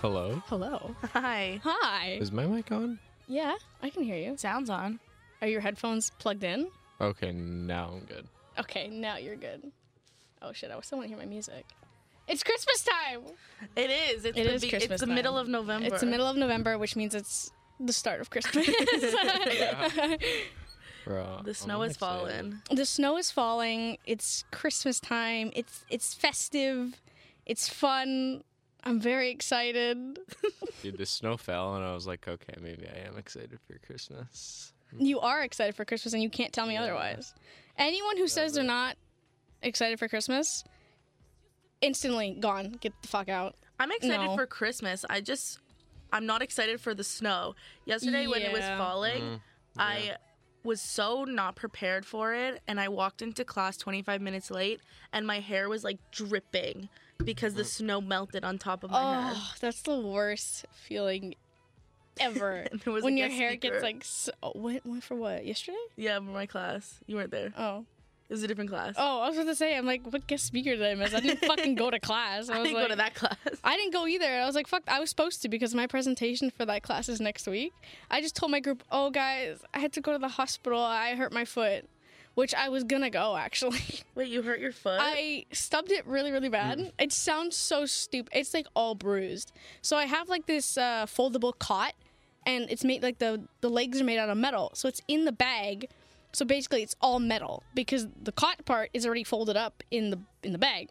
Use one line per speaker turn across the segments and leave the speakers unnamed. Hello?
Hello.
Hi.
Hi.
Is my mic on?
Yeah, I can hear you.
Sounds on.
Are your headphones plugged in?
Okay, now I'm good.
Okay, now you're good. Oh shit, I still want to hear my music. It's Christmas time.
It is. It's
It
the
is
be-
Christmas
It's the
time.
middle of November.
It's the middle of November, which means it's the start of Christmas.
Bro,
The snow
I'm
has
excited.
fallen.
the snow is falling. It's Christmas time. It's it's festive. It's fun. I'm very excited.
Dude, the snow fell, and I was like, okay, maybe I am excited for Christmas.
You are excited for Christmas, and you can't tell me
Yeah.
otherwise. Anyone who says they're not excited for Christmas, instantly gone. Get the fuck out.
I'm excited
No.
for Christmas. I just I'm not excited for the snow. Yesterday when it was
Yeah.
falling,
Mm,
I was so not prepared for it and I walked into class 25 minutes late and my hair was like dripping because the snow melted on top of my head.
Oh, that's the worst feeling ever.
And there was a
when your
guest
hair
speaker.
gets like so, what, what for what? Yesterday?
Yeah, my class. You weren't there.
Oh.
It was a different class.
Oh, I was going to say I'm like what guest speaker did I miss? I didn't fucking go to class. I,
I
was
didn't
like,
go to that class.
I didn't go either. I was like, fuck, I was supposed to because my presentation for that class is next week. I just told my group, oh, guys, I had to go to the hospital. I hurt my foot, which I was gonna go actually.
Wait, you hurt your foot?
I stubbed it really, really bad. It sounds so stupid. It's like all bruised. So I have like this uh, foldable cot, and it's made like the the legs are made out of metal. So it's in the bag. So basically, it's all metal because the cot part is already folded up in the in the bag.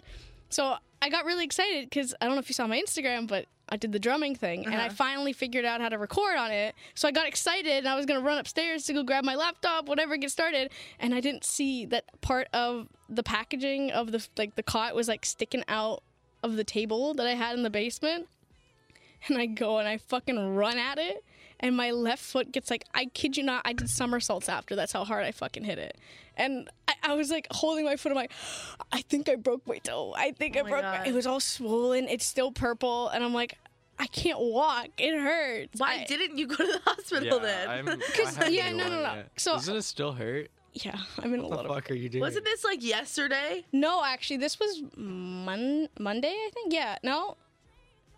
So I got really excited because I don't know if you saw my Instagram, but I did the drumming thing and I finally figured out how to record on it. So I got excited and I was gonna run upstairs to go grab my laptop, whatever, get started. And I didn't see that part of the packaging of the like the cot was like sticking out of the table that I had in the basement. And I go and I fucking run at it. And my left foot gets like, I kid you not, I did somersaults after. That's how hard I fucking hit it. And I, I was like holding my foot. I'm like, I think I broke my toe. I think I
Oh my
broke my.
God.
It was all swollen. It's still purple. And I'm like, I can't walk. It hurts.
Why
I-
didn't you go to the hospital then?
Because- haven't yeah, no, no, no. yet. So-
doesn't it still hurt?
Yeah, I'm in a
What
lot
the
of.
fuck are you doing?
Wasn't this like yesterday?
No, actually, this was Mon- Monday, I think. Yeah, no.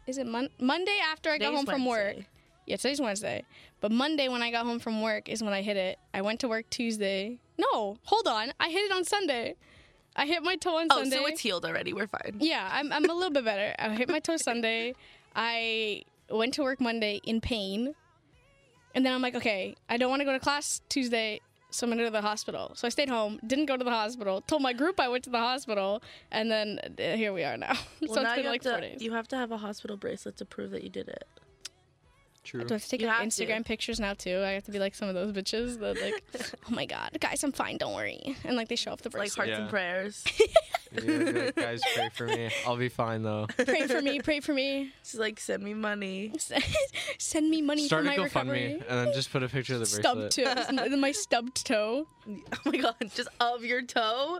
Is it Mon- Monday after I got home
Today's
from work?
Wednesday.
Yeah, today's Wednesday. But Monday when I got home from work is when I hit it. I went to work Tuesday. No, hold on. I hit it on Sunday. I hit my toe on
Oh,
Sunday.
so it's healed already. We're fine.
yeah, I'm, I'm a little bit better. I hit my toe Sunday. I went to work Monday in pain. And then I'm like, okay, I don't want to go to class Tuesday, so I'm going to go to the hospital. So I stayed home, didn't go to the hospital, told my group I went to the hospital, and then uh, here we are now.
Well,
so
now
it's been
you,
like
have
four
to,
days.
you have to have a hospital bracelet to prove that you did it.
True.
Do I have to take
You
like,
have to.
Instagram pictures now too? I have to be like some of those bitches that like, oh my god, guys, I'm fine, don't worry, and like they show off the
Like
bracelet.
hearts
Yeah.
and prayers.
Yeah, I'd be like, Guys, pray for me. I'll be fine though.
pray for me, pray for me,
She's like, send me money.
send me money
Start
for
a
my
GoFundMe
recovery.
and then just put a picture of the bracelet.
Stubbed toe, my stubbed toe.
Oh my god, just of your toe.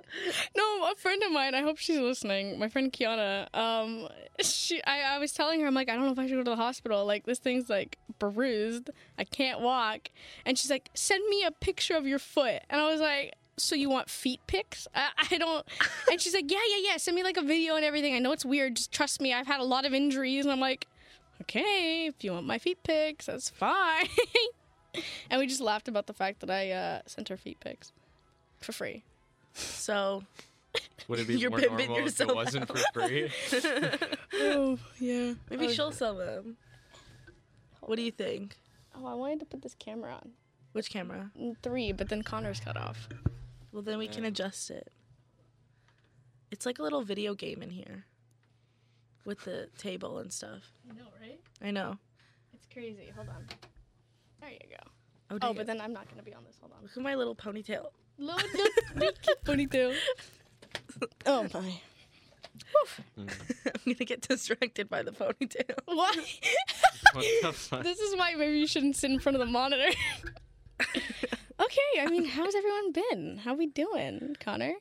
No, a friend of mine. I hope she's listening. My friend Kiana. Um, she. I, I was telling her, I'm like, I don't know if I should go to the hospital. Like this thing's like bruised. I can't walk. And she's like, send me a picture of your foot. And I was like, so you want feet pics? I, I don't. And she's like, yeah, yeah, yeah. Send me like a video and everything. I know it's weird. Just trust me. I've had a lot of injuries. And I'm like, okay, if you want my feet pics, that's fine. and we just laughed about the fact that I uh, sent her feet pics for free.
So
Would it be
You're
more
pimping
normal if
yourself
it wasn't for free?
Oh yeah.
maybe she'll sell them. What do you think?
Oh, I wanted to put this camera on.
Which camera?
Mm, Three, but then Connor's cut off.
Well, then we can adjust it. It's like a little video game in here with the table and stuff.
I know, right?
I know.
It's crazy. Hold on. There you go.
dang
Oh, but
it.
then I'm not gonna be on this. Hold on.
Look at my little ponytail.
Load the ponytail. Oh my.
I'm gonna get distracted by the ponytail.
Why?
What the fuck?
this is why maybe you shouldn't sit in front of the monitor. okay, I mean, how's everyone been? How we doing, Connor?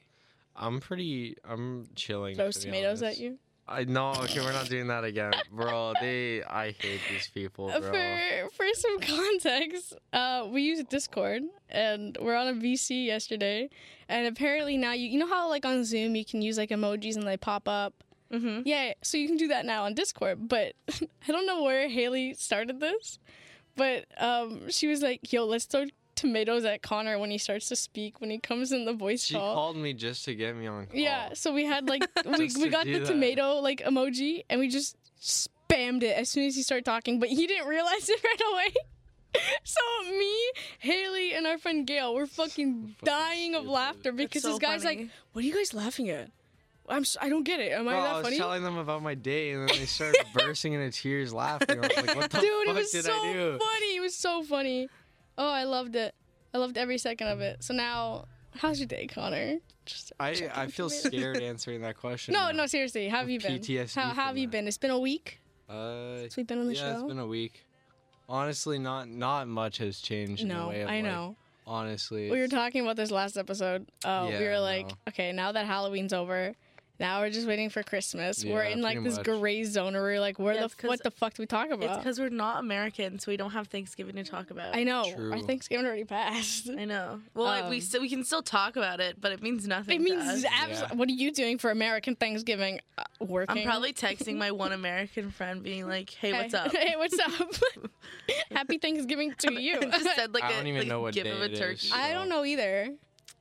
I'm pretty. I'm chilling.
Throws
to be
tomatoes at
honest.
you.
I know. Okay, we're not doing that again, bro. They. I hate these people,
Uh,
bro.
For for some context, uh, we use Discord and we're on a VC yesterday, and apparently now you you know how like on Zoom you can use like emojis and they pop up.
Mm-hmm.
Yeah, so you can do that now on Discord. But I don't know where Haley started this, but um, she was like, "Yo, let's throw tomatoes at Connor when he starts to speak when he comes in the voice
She
call."
called me just to get me on call.
Yeah, so we had like we,
Oh. Just
we
to
got
do
the
that.
tomato like emoji and we just spammed it as soon as he started talking, but he didn't realize it right away. so me, Haley, and our friend Gail were fucking dying of
stupid.
laughter because
It's so
this guy's like,
funny.
"What are you guys laughing at? I'm s- I don't get it. Am
Bro,
I
I
that
was
funny?"
telling them about my day, and then they started bursting into tears laughing. I was like, "What the
Dude, it
fuck
was
did
so
I do?"
funny. It was so funny. Oh, I loved it. I loved every second of it. So now, how's your day, Connor? Just
I,
checking
I
for
feel
tomatoes.
scared answering that question.
No,
now.
no, seriously. How have you been?
PTSD
How, how
from
have you
that.
been? It's been a week
Uh,
since we've been on the
yeah,
show.
it's been a week. Honestly, not not much has changed. in the
no,
way of
I
like,
know.
honestly,
we were
it's-
talking about this last episode. Uh, we
Yeah,
were
I
like,
know.
okay, now that Halloween's over, now we're just waiting for Christmas. we're
Yeah,
in like
pretty
this
much.
gray zone where we're like, where
Yeah,
the
it's
f- what
'cause-
the fuck do we talk
It's
about?
because we're not American, so we don't have Thanksgiving to talk about.
I know our
True.
Thanksgiving already passed.
I know. Well, I- we
Um,
still, we can still talk about it, but it means nothing.
It
to
means
us.
abs-
Yeah.
what are you doing for American Thanksgiving? Uh, working.
I'm probably texting my one American friend, being like, "Hey, what's
Hey,
up?"
Hey, what's up? Happy Thanksgiving to you.
And just said like
I
a-
don't even
like,
know what
give
day
him a
it is.
turkey.
I don't know either.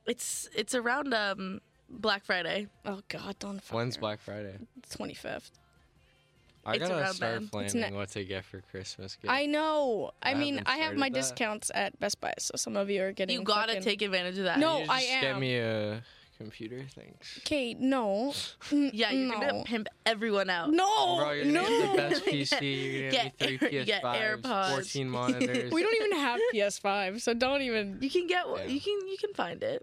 It's it's around um Black Friday.
Oh God, don't. fuck
When's
her.
Black Friday?
Twenty fifth.
I
It's
gotta
around
start
then.
It's
planning
ne-
what to get for Christmas. Gift.
I know. I,
I
mean,
haven't
I have
started
my
that.
discounts at Best Buy, so some of you are getting.
You gotta
fucking-
take advantage of that.
No,
You just
I am.
Get me a computer, thanks.
Okay, no. Mm,
Yeah, you're
no.
gonna pimp everyone out.
No,
Bro, you're
Oh, no.
gonna get the best PC. You're gonna
Get
get,
Air-
three
get
PS5s,
AirPods.
14 monitors.
we don't even have PS5, so don't even.
You can get one.
Yeah.
you can you can find it.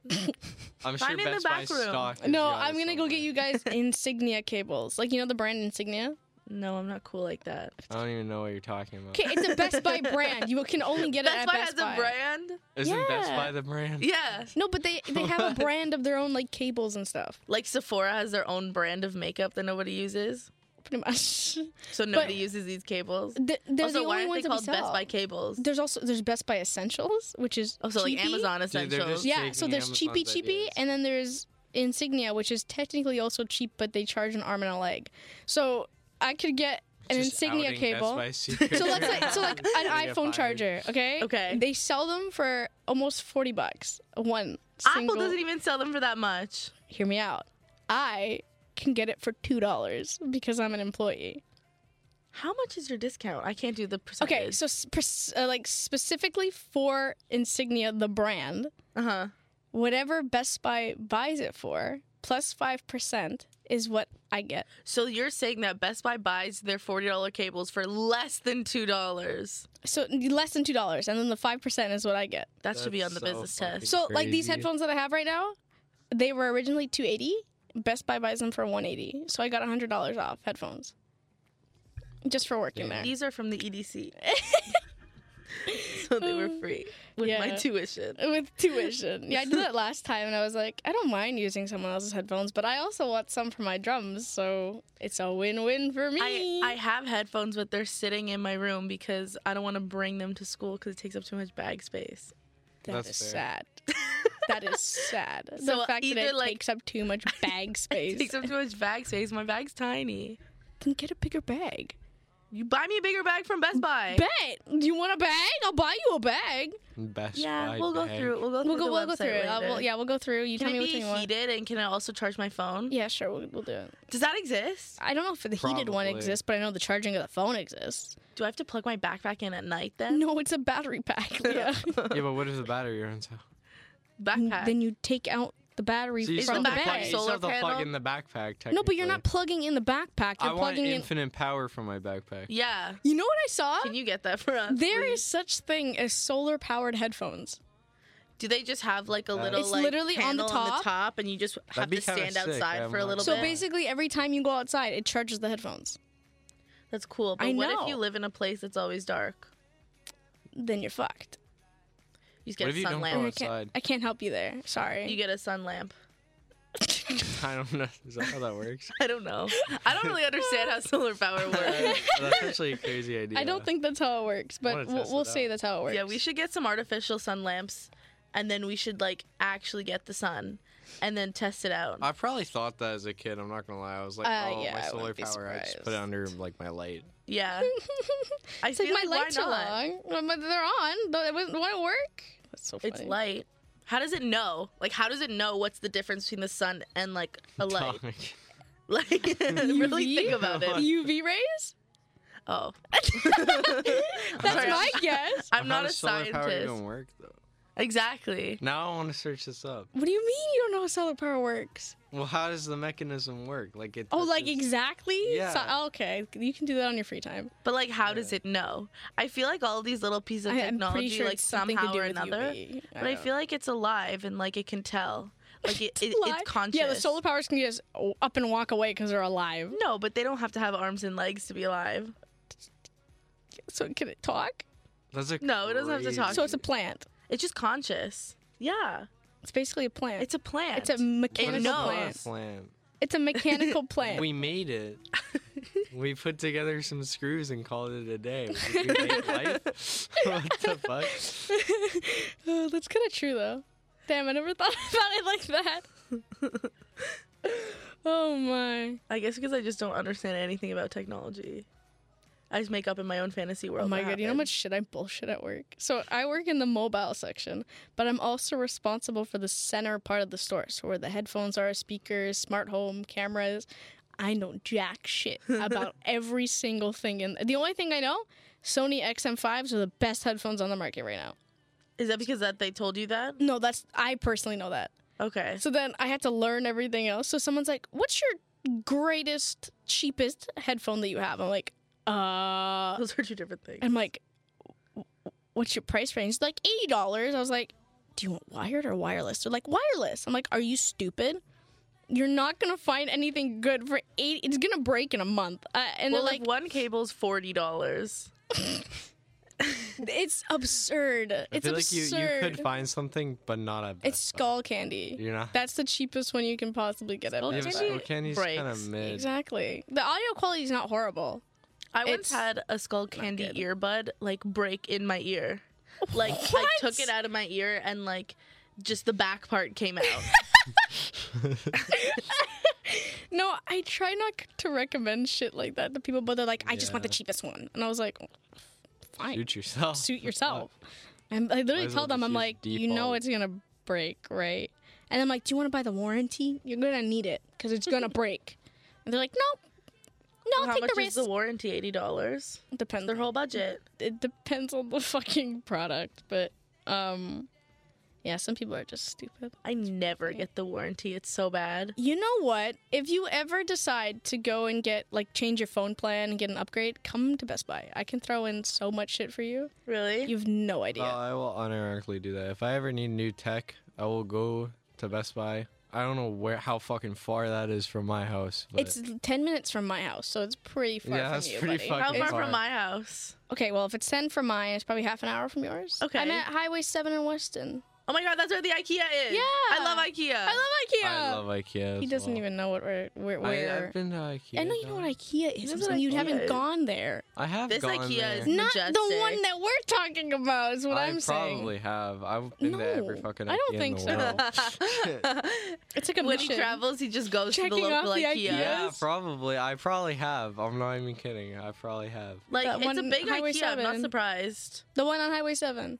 I'm
Find
sure
it in the
Best
back
Buy
room.
stock. has
No,
got it
I'm gonna go
somewhere.
get you guys insignia cables, like you know the brand insignia.
No, I'm not cool like that.
I don't even know what you're talking about.
Okay, it's a Best Buy brand. You can only get it
Best
at
Buy
Best
has
Buy.
a brand.
Isn't Best
yeah.
Buy the brand?
Yeah,
No, but they they have a
What?
brand of their own, like cables and stuff.
like Sephora has their own brand of makeup that nobody uses,
Pretty much.
so nobody uses these cables.
Th- They're
also,
the
why
only
aren't
ones that
they
we
called Best
sell.
Buy cables?
There's also there's Best Buy Essentials, which is
Also,
cheapy.
like Amazon
they're
Essentials.
just-
Yeah, so
taking
there's cheapy
Amazon's
cheapy,
ideas.
and then there's insignia, which is technically also cheap, but they charge an arm and a leg. So I could get an
Just
insignia
outing
cable.
Best Buy secrets.
So let's say so like an
You're gonna
iPhone
get fired.
charger, okay?
Okay.
They sell them for almost forty bucks. One
Apple
single-
doesn't even sell them for that much.
hear me out. I can get it for two dollars because I'm an employee.
How much is your discount? I can't do the percentage.
Okay, so sp- uh, like specifically for insignia, the brand,
uh huh.
whatever Best Buy buys it for plus five percent is what I get.
So you're saying that Best Buy buys their forty dollar cables for less than two dollars?
So less than two dollars, and then the five percent is what I get.
That should be on the
That's so
business
fucking
test.
So like these
Crazy.
headphones that I have right now, they were originally two eighty. Best Buy buys them for one eighty, so I got hundred dollars off headphones. Just for working
Yeah.
there.
These are from the EDC. so they were free with my
Yeah.
tuition.
With tuition. Yeah, I did that last time and I was like, I don't mind using someone else's headphones, but I also want some for my drums, so it's a win win for me.
I, I have headphones, but they're sitting in my room because I don't want to bring them to school because it takes up too much bag space.
That
That's
is
fair.
sad. that is sad.
So,
the fact that
either,
it
like-
takes up too much bag
It
space.
takes up too much bag space. My bag's tiny.
then get a bigger bag.
You buy me a bigger bag from Best Buy.
Bet. Do you want a bag? I'll buy you a bag.
Best
yeah,
Buy
we'll go
bag.
through. it. We'll go through.
We'll go.
the
We'll go
website
through it. Uh,
later.
we'll, yeah, we'll go through. You
Can
tell
it
me which
be
one you want.
heated and can I also charge my phone?
Yeah, sure. We'll, we'll do it.
Does that exist?
I don't know if the heated one
Probably.
exists, but I know the charging of the phone exists.
Do I have to plug my backpack in at night then?
No, it's a battery pack. Leah.
Yeah, but what if the battery runs out?
Backpack.
then you take out the battery
So you
from
still
the,
have to plug-
bag.
you
Solar
still have to plug
panel?
in the backpack.
No, but you're
technically.
not plugging in the backpack. You're
I want
plugging in.
infinite power for my backpack.
yeah.
You know what I saw?
Can you get that for us?
There
please?
is such thing as solar powered headphones.
Do they just have like a
Uh,
little
It's
like
literally on the
panel
top.
and you just have
be
to
kinda
stand
sick,
outside
I'm
for a
not
little
So
Yeah.
bit?
basically, every time you go outside, it charges the headphones.
That's cool. But
I
what
know.
if you live in a place that's always dark?
Then you're fucked.
You just get
What if
a
you
sun
don't
And
go
I
lamp.
can't,
Outside.
I can't help you there. Sorry.
You get a sun lamp.
I don't know. Is that how that works?
I don't know. I don't really understand how solar power works.
That's actually a crazy idea.
I don't think that's how it works, but
uh, wanna
we'll,
test
we'll
it
say
out.
that's how it works.
yeah, we should get some artificial sun lamps and then we should like actually get the sun and then test it out.
I probably thought that as a kid. I'm not gonna lie. I was like,
Uh,
oh,
yeah,
my
I
solar
wouldn't be
power. I just put it
surprised.
under like my light.
yeah. I
It's like
feel
my
like, why
lights are
not?
long. Um, but They're on. Th- It wouldn't want to work. That's so funny.
It's light. How does it know? Like, how does it know what's the difference between the sun and like a light?
Atomic.
Like, really think about it.
UV rays?
Oh,
That's
sorry,
my guess.
I'm
How
not a
does solar power
scientist.
even work though?
Exactly.
Now I want to search this up.
What do you mean you don't know how solar power works?
Well, how does the mechanism work? Like it.
Oh, like
touches-
exactly?
Yeah.
So- oh, okay, you can do that on your free time.
But like, how does it know? I feel like all these little pieces of
I, am
technology,
pretty sure
like
it's something
somehow
to do
or
with
another.
UV.
But I
don't-
feel like it's alive and like it can tell. Like it, it,
Lie.
it's conscious.
Yeah, the solar powers can just oh, up and walk away because they're alive.
No, but they don't have to have arms and legs to be alive.
So can it talk?
That's a
No, it doesn't have to
crazy-
talk.
So it's a plant.
It's just conscious. Yeah,
It's basically a plant.
it's a plant.
It's a mechanical
It knows.
plant.
Plant.
It's a mechanical plant.
We made it. we put together some screws and called it a day. Did we make life? what the fuck?
Oh, that's kind of true though. Damn, I never thought about it like that. oh my.
I guess because I just don't understand anything about technology. I just make up in my own fantasy world.
Oh my
what
god, you know how
happened.
much shit I bullshit at work? So I work in the mobile section, but I'm also responsible for the center part of the store. So where the headphones are, speakers, smart home, cameras. I know jack shit about every single thing. And the only thing I know, Sony XM5s are the best headphones on the market right now.
Is that because that they told you that?
No, that's, I personally know that.
Okay.
So then I had to learn everything else. So someone's like, "What's your greatest, cheapest headphone that you have?" I'm like, "Uh,"
Those are two different things.
I'm like, "W- "What's your price range?" They're Like eighty dollars. I was like, "Do you want wired or wireless?" They're like, "Wireless." I'm like, "Are you stupid?" You're not gonna find anything good for eight. It's gonna break in a month, uh, and
well,
they're
like
like,
one cable's forty dollars.
"It's absurd.
I
it's
feel like you,
absurd."
you could find something, but not a.
it's skull candy.
You're not.
That's the cheapest one you can possibly get at
Skull
Yeah,
Best
but
Buy.
candy
skull candy's kind
breaks.
of mid.
Exactly. The audio quality is not horrible.
I
It's
once had a skull candy
good.
earbud like break in my ear. Like
What?
I took it out of my ear and like just the back part came out.
No, I try not c- to recommend shit like that to people, but they're like, I just want the
Yeah.
cheapest one. And I was like, fine,
Shoot yourself. Uh,
suit yourself. And I literally
as
tell
well
them,
just
I'm
use
like, you know
default."
it's going to break, right? And I'm like, do you want to buy the warranty? You're going to need it because it's going to break. And they're like, nope. No, I'll
How
take
much
the
is
risk.
the warranty? Eighty dollars.
depends.
Their whole budget.
it depends on the fucking product, but um, yeah, some people are just stupid.
I never get the warranty. It's so bad.
You know what? If you ever decide to go and get like change your phone plan and get an upgrade, come to Best Buy. I can throw in so much shit for you.
Really?
You've no
Oh,
idea.
I will unironically do that. If I ever need new tech, I will go to Best Buy. I don't know where how fucking far that is from my house. But
it's ten minutes from my house, so it's pretty far
Yeah,
from
that's
you,
pretty
buddy.
fucking
How far
far.
from my house?
Okay, well, if it's ten from mine, it's probably half an hour from yours.
Okay.
I'm at Highway Seven in Weston.
Oh my god, that's where the IKEA is.
Yeah.
I love IKEA.
I love IKEA.
I love IKEA.
he
as
doesn't
well.
even know what where where.
I,
where.
I've been to IKEA.
I know you know what
though.
IKEA is.
knows
I'm
what
saying you
IKEA
haven't
is.
gone there.
I have
This
gone
IKEA
there.
is
Not the
Majestic.
one that we're talking about is what
I
am
probably
saying.
have. I've been to every
No,
fucking IKEA
I don't
in
think
the
so.
world.
It's like a
when he
mission.
travels, he just goes to the
Checking off
local
the
IKEA.
IKEA.
Yeah,
Yes.
probably. I probably have. I'm not even kidding. I probably have.
Like
That
it's a
one
big
Highway
IKEA. I'm not
7.
surprised.
The one on Highway 7.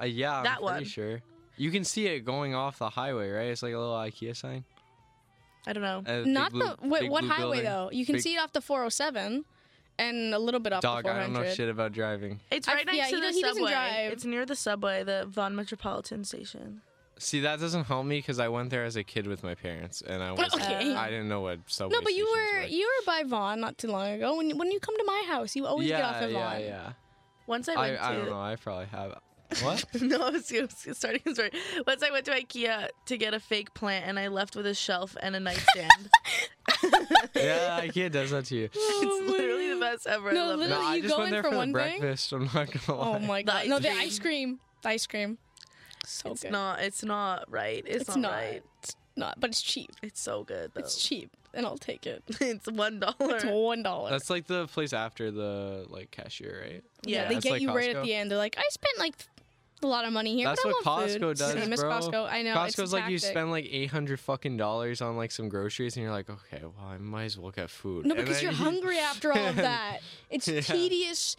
Uh, yeah, I'm
That
pretty
one.
sure. You can see it going off the highway, right? It's like a little IKEA sign.
I don't know.
Uh, big
Not
blue-
the. Wait,
big
what
blue
highway,
building.
though? You can
Big-
see it off the 407 and a little bit off
Dog,
the
I
400.
don't know shit about driving.
It's
I-
right next
yeah,
to
he
the
don't- he doesn't
subway.
drive.
It's near the subway, the Vaughan Metropolitan Station.
See, that doesn't help me because I went there as a kid with my parents, and I was
Okay.
I didn't know what subway.
No, but you
stations
were
were.
you were by Vaughn not too long ago. When when you come to my house, you always
yeah,
get off at
yeah,
Vaughn.
yeah.
Once I
I,
went
I
to
don't know. I probably have. What?
no, I was, I was starting a story. Once I went to IKEA to get a fake plant, and I left with a shelf and a nightstand.
yeah, IKEA does that to you.
it's literally the best ever.
No,
I love
No,
it.
Literally,
I
you
just
go
went
in
there
for
for, the
one thing?
breakfast. I'm not gonna lie.
Oh my
The
god.
ice
no, the
cream.
ice cream. The ice cream. So
It's
good.
not. It's not right. It's,
it's
not,
not.
right.
It's not, but it's cheap.
It's so good though.
Oh.
It's cheap, and I'll take it.
It's one dollar.
It's one dollar.
That's like the place after the like cashier, right?
Yeah,
yeah,
they
it's
get
like
you right at
Costco.
the end. They're like, I spent like th- a lot of money here.
That's
but I
what
want food.
Costco does,
I miss
bro.
Costco. I know. it's a
Costco's like you
tactic.
spend like eight hundred fucking dollars on like some groceries, and you're like, okay, well, I might as well get food.
No,
And
because
then
you're
you-
hungry after all of that. It's
Yeah.
tedious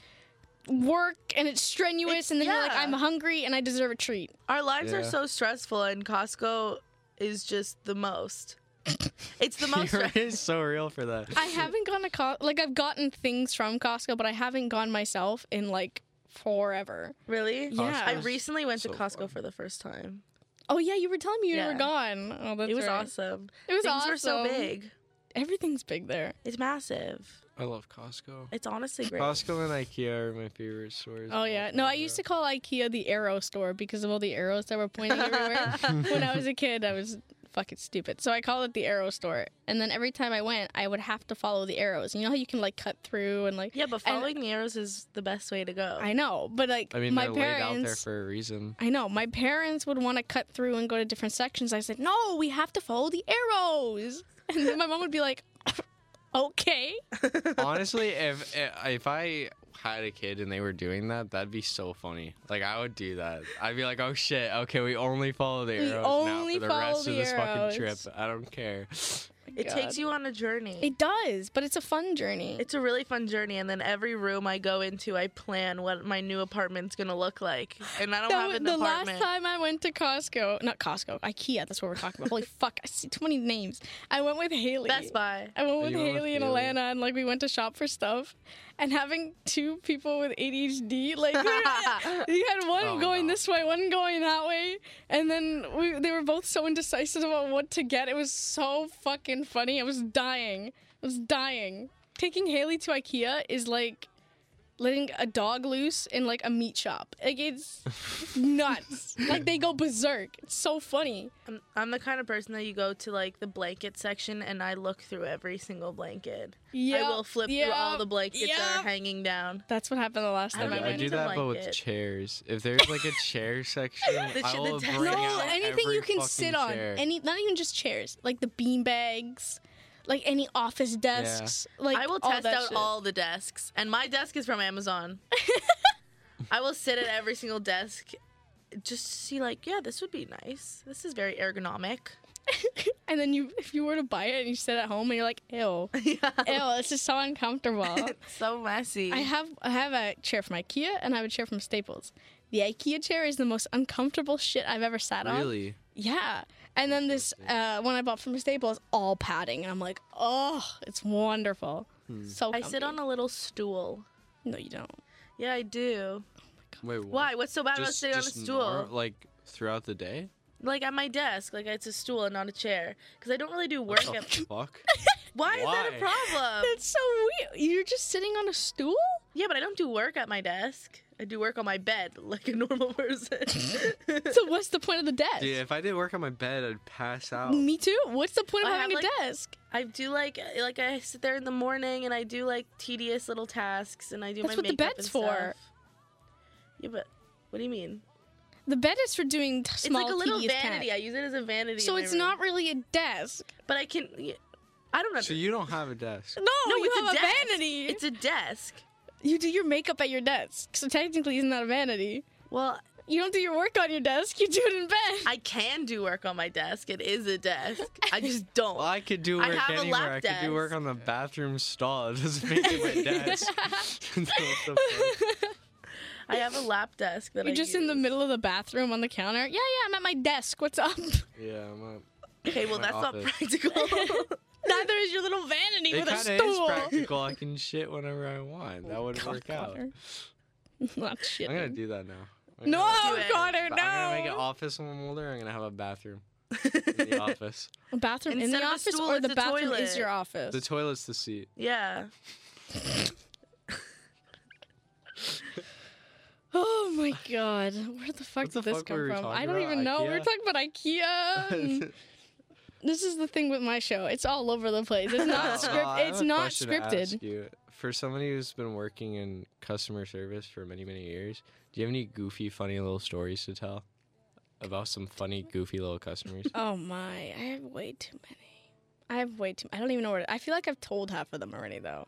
work and it's strenuous,
It's-
and then you're like,
yeah.
I'm hungry and I deserve a treat.
Our lives are
Yeah.
so stressful, and Costco is just the most. it's the most.
You're
stre-
it's so real for that.
I haven't gone to Co- like I've gotten things from Costco, but I haven't gone myself in like forever.
really?
Yeah.
I
Costco's
recently went
so
to Costco
fun.
for the first time.
Oh yeah, you were telling me you
Yeah.
were gone. Oh, that's
it was
right.
awesome.
It was
Things
awesome.
are so big.
Everything's big there.
It's massive.
I love Costco.
It's honestly great.
Costco and IKEA are my favorite stores.
Oh yeah. No, I used to call IKEA the arrow store because of all the arrows that were pointing everywhere. when I was a kid, I was fucking stupid. So I called it the arrow store. And then every time I went, I would have to follow the arrows. You know how you can like cut through and like
yeah, but following the arrows is the best way to go.
I know, but like
I mean,
my
they're laid out there
parents
for a reason.
I know. My parents would want to cut through and go to different sections. I said, "No, we have to follow the arrows." And then my mom would be like, "Okay."
Honestly, if if I had a kid and they were doing that, that'd be so funny. Like I would do that. I'd be like, "Oh shit, okay, we only follow the
We
arrows now
only
for the
follow
rest
the
of this fucking trip.
arrows."
I don't care."
it takes you on a journey.
It does, but it's a fun journey.
It's a really fun journey, and then every room I go into, I plan what my new apartment's gonna look like, and I don't
That
have
wa-
an
the
apartment.
last time I went to Costco, not Costco, IKEA. That's what we're talking about. Holy fuck! I see too many names. I went with Haley.
Best Buy.
I went with
You went with
Haley and
Haley.
Alana, and like we went to shop for stuff. And having two people with ADHD, like you had one
Oh,
going
no.
this way, one going that way, and then we, they were both so indecisive about what to get. It was so fucking funny. I was dying. I was dying. Taking Haley to IKEA is like letting a dog loose in like a meat shop. Like it's nuts. Like they go berserk. It's so funny.
I'm, I'm the kind of person that you go to like the blanket section, and I look through every single blanket.
Yeah,
I will flip through all
yeah,
the blankets that
yeah.
are hanging down.
That's what happened the last
I
I,
time
don't
do-
I
I
went.
do
to
that,
like
but with
it.
chairs. If there's like a chair section,
The ch-
I
the
will
desk-
bring
No,
No,
out
anything you
every
can
fucking
sit on.
chair.
Any, not even just chairs, like the bean bags, like any office desks. Like
I will
all
test
that
out
shit.
all the desks, and my desk is from Amazon. I will sit at every single desk just to see, like, yeah, this would be nice. This is very ergonomic.
And then you, if you were to buy it and you sit at home and you're like, ew, ew, this is so uncomfortable.
so messy.
I have I have a chair from IKEA and I have a chair from Staples. The IKEA chair is the most uncomfortable shit I've ever sat on.
Really?
Yeah. And then this uh, one I bought from Staples, all padding, and I'm like, oh, it's wonderful.
Hmm.
So
I sit
comfy.
on a little stool.
No, you don't.
Yeah, I do.
Wait, what?
Why? What's so bad about
Just,
sitting on a
just
stool?
nor- like throughout the day?
Like at my desk, like it's a stool and not a chair. Because I don't really do work.
What
At-
the Oh, fuck?
why, is that a
Why?
problem?
That's so weird. You're just sitting on a stool?
yeah, but I don't do work at my desk. I do work on my bed like a normal person.
So what's the point of the desk?
Dude, if I did work on my bed, I'd pass out.
Me too. What's the point of
I
having
have,
a
like-
desk?
I do like like I sit there in the morning and I do like tedious little tasks and I do
That's
my
what the
makeup
bed's
and
for.
stuff. Yeah, but what do you mean?
The bed is for doing t- small,
it's like a little
tedious
vanity.
tasks.
I use it as a vanity.
So
in my
it's
room.
not really a desk.
But I can. yeah, I don't know.
So you don't have a desk.
No,
no,
you
it's
have
a,
a,
desk.
vanity.
It's a desk.
you do your makeup at your desk. So technically, isn't that a vanity?
Well,
You don't do your work on your desk. You do it in bed.
I can do work on my desk. It is a desk. I just don't.
Well, I could do
I
work
have a
anywhere.
lap
I could do work
desk.
on the bathroom stall. It doesn't make it my desk. What the fuck?
I have a lap desk that
You're
I
just in the
use.
middle of the bathroom on the counter. Yeah, yeah, I'm at my desk. What's up?
yeah, I'm not.
Okay, well
my
that's not
office.
practical.
Neither is your little vanity
It
with a
kind of is
stool.
practical. I can shit whenever I want.
Oh,
That would work out. I'm
Not shit.
gonna do that now. I'm
No,
gonna-
Do it.
Connor, no.
I'm gonna make an office when I'm older. I'm gonna have a bathroom in the office.
A bathroom in
Instead
the
of a
office,
stool,
or
it's
the
a
bathroom
toilet.
is your office.
The toilet's the seat.
yeah.
oh my god, where the fuck
What the
did this
fuck
come
were we
from? I
talking
don't
about?
even know. We We're
IKEA?
talking about IKEA.
Um,
and- this is the thing with my show; it's all over the place. It's not
Uh,
script.
I have
It's
a
not
question to
scripted.
ask you. For somebody who's been working in customer service for many, many years, do you have any goofy, funny little stories to tell about some funny, goofy little customers?
Oh my, I have way too many. I have way too. I don't even know where. To, I feel like I've told half of them already though.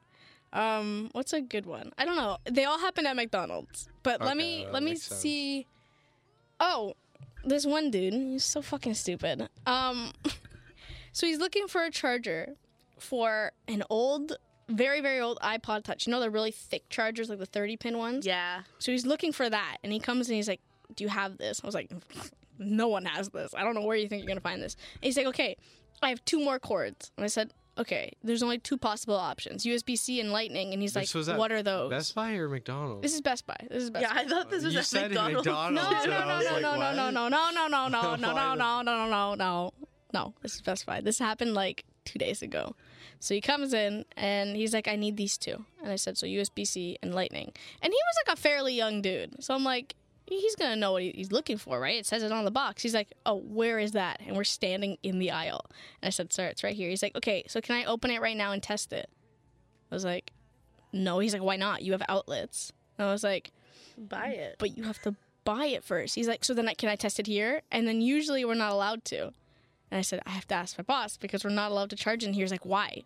Um, what's a good one? I don't know. They all happened at McDonald's, but let
Okay,
me
that
let me
makes sense.
see. Oh, this one dude, he's so fucking stupid. Um, so he's looking for a charger for an old, very very old iPod Touch. You know the really thick chargers, like the thirty pin ones.
Yeah.
So he's looking for that, and he comes and he's like, "Do you have this?" I was like, "No one has this. I don't know where you think you're gonna find this." And he's like, "Okay, I have two more cords." And I said, "Okay, there's only two possible options: USB-C and Lightning." And he's
This was
like,
at
"What are those?"
Best Buy or McDonald's?
this is Best Buy. This is Best
Yeah,
Buy.
I thought this was
you
at
said
McDonald's.
McDonald's.
No,
and
no,
I
no,
was
no,
like,
no, no,
what?
no, no, no, no, no, no, no, no,
Why
no,
the-
no, no, no, no. This is Best Buy. This happened like two days ago. So he comes in and he's like, I need these two. And I said, so USB C and Lightning. And he was like a fairly young dude. So I'm like, he's going to know what he- he's looking for, right? It says it on the box. He's like, oh, where is that? And we're standing in the aisle. And I said, sir, it's right here. He's like, okay, so can I open it right now and test it? I was like, no. He's like, why not? You have outlets. And I was like,
Buy it.
but you have to buy it first. He's like, so then I, can I test it here? And then usually we're not allowed to. And I said, I have to ask my boss because we're not allowed to charge in here. He's like, why?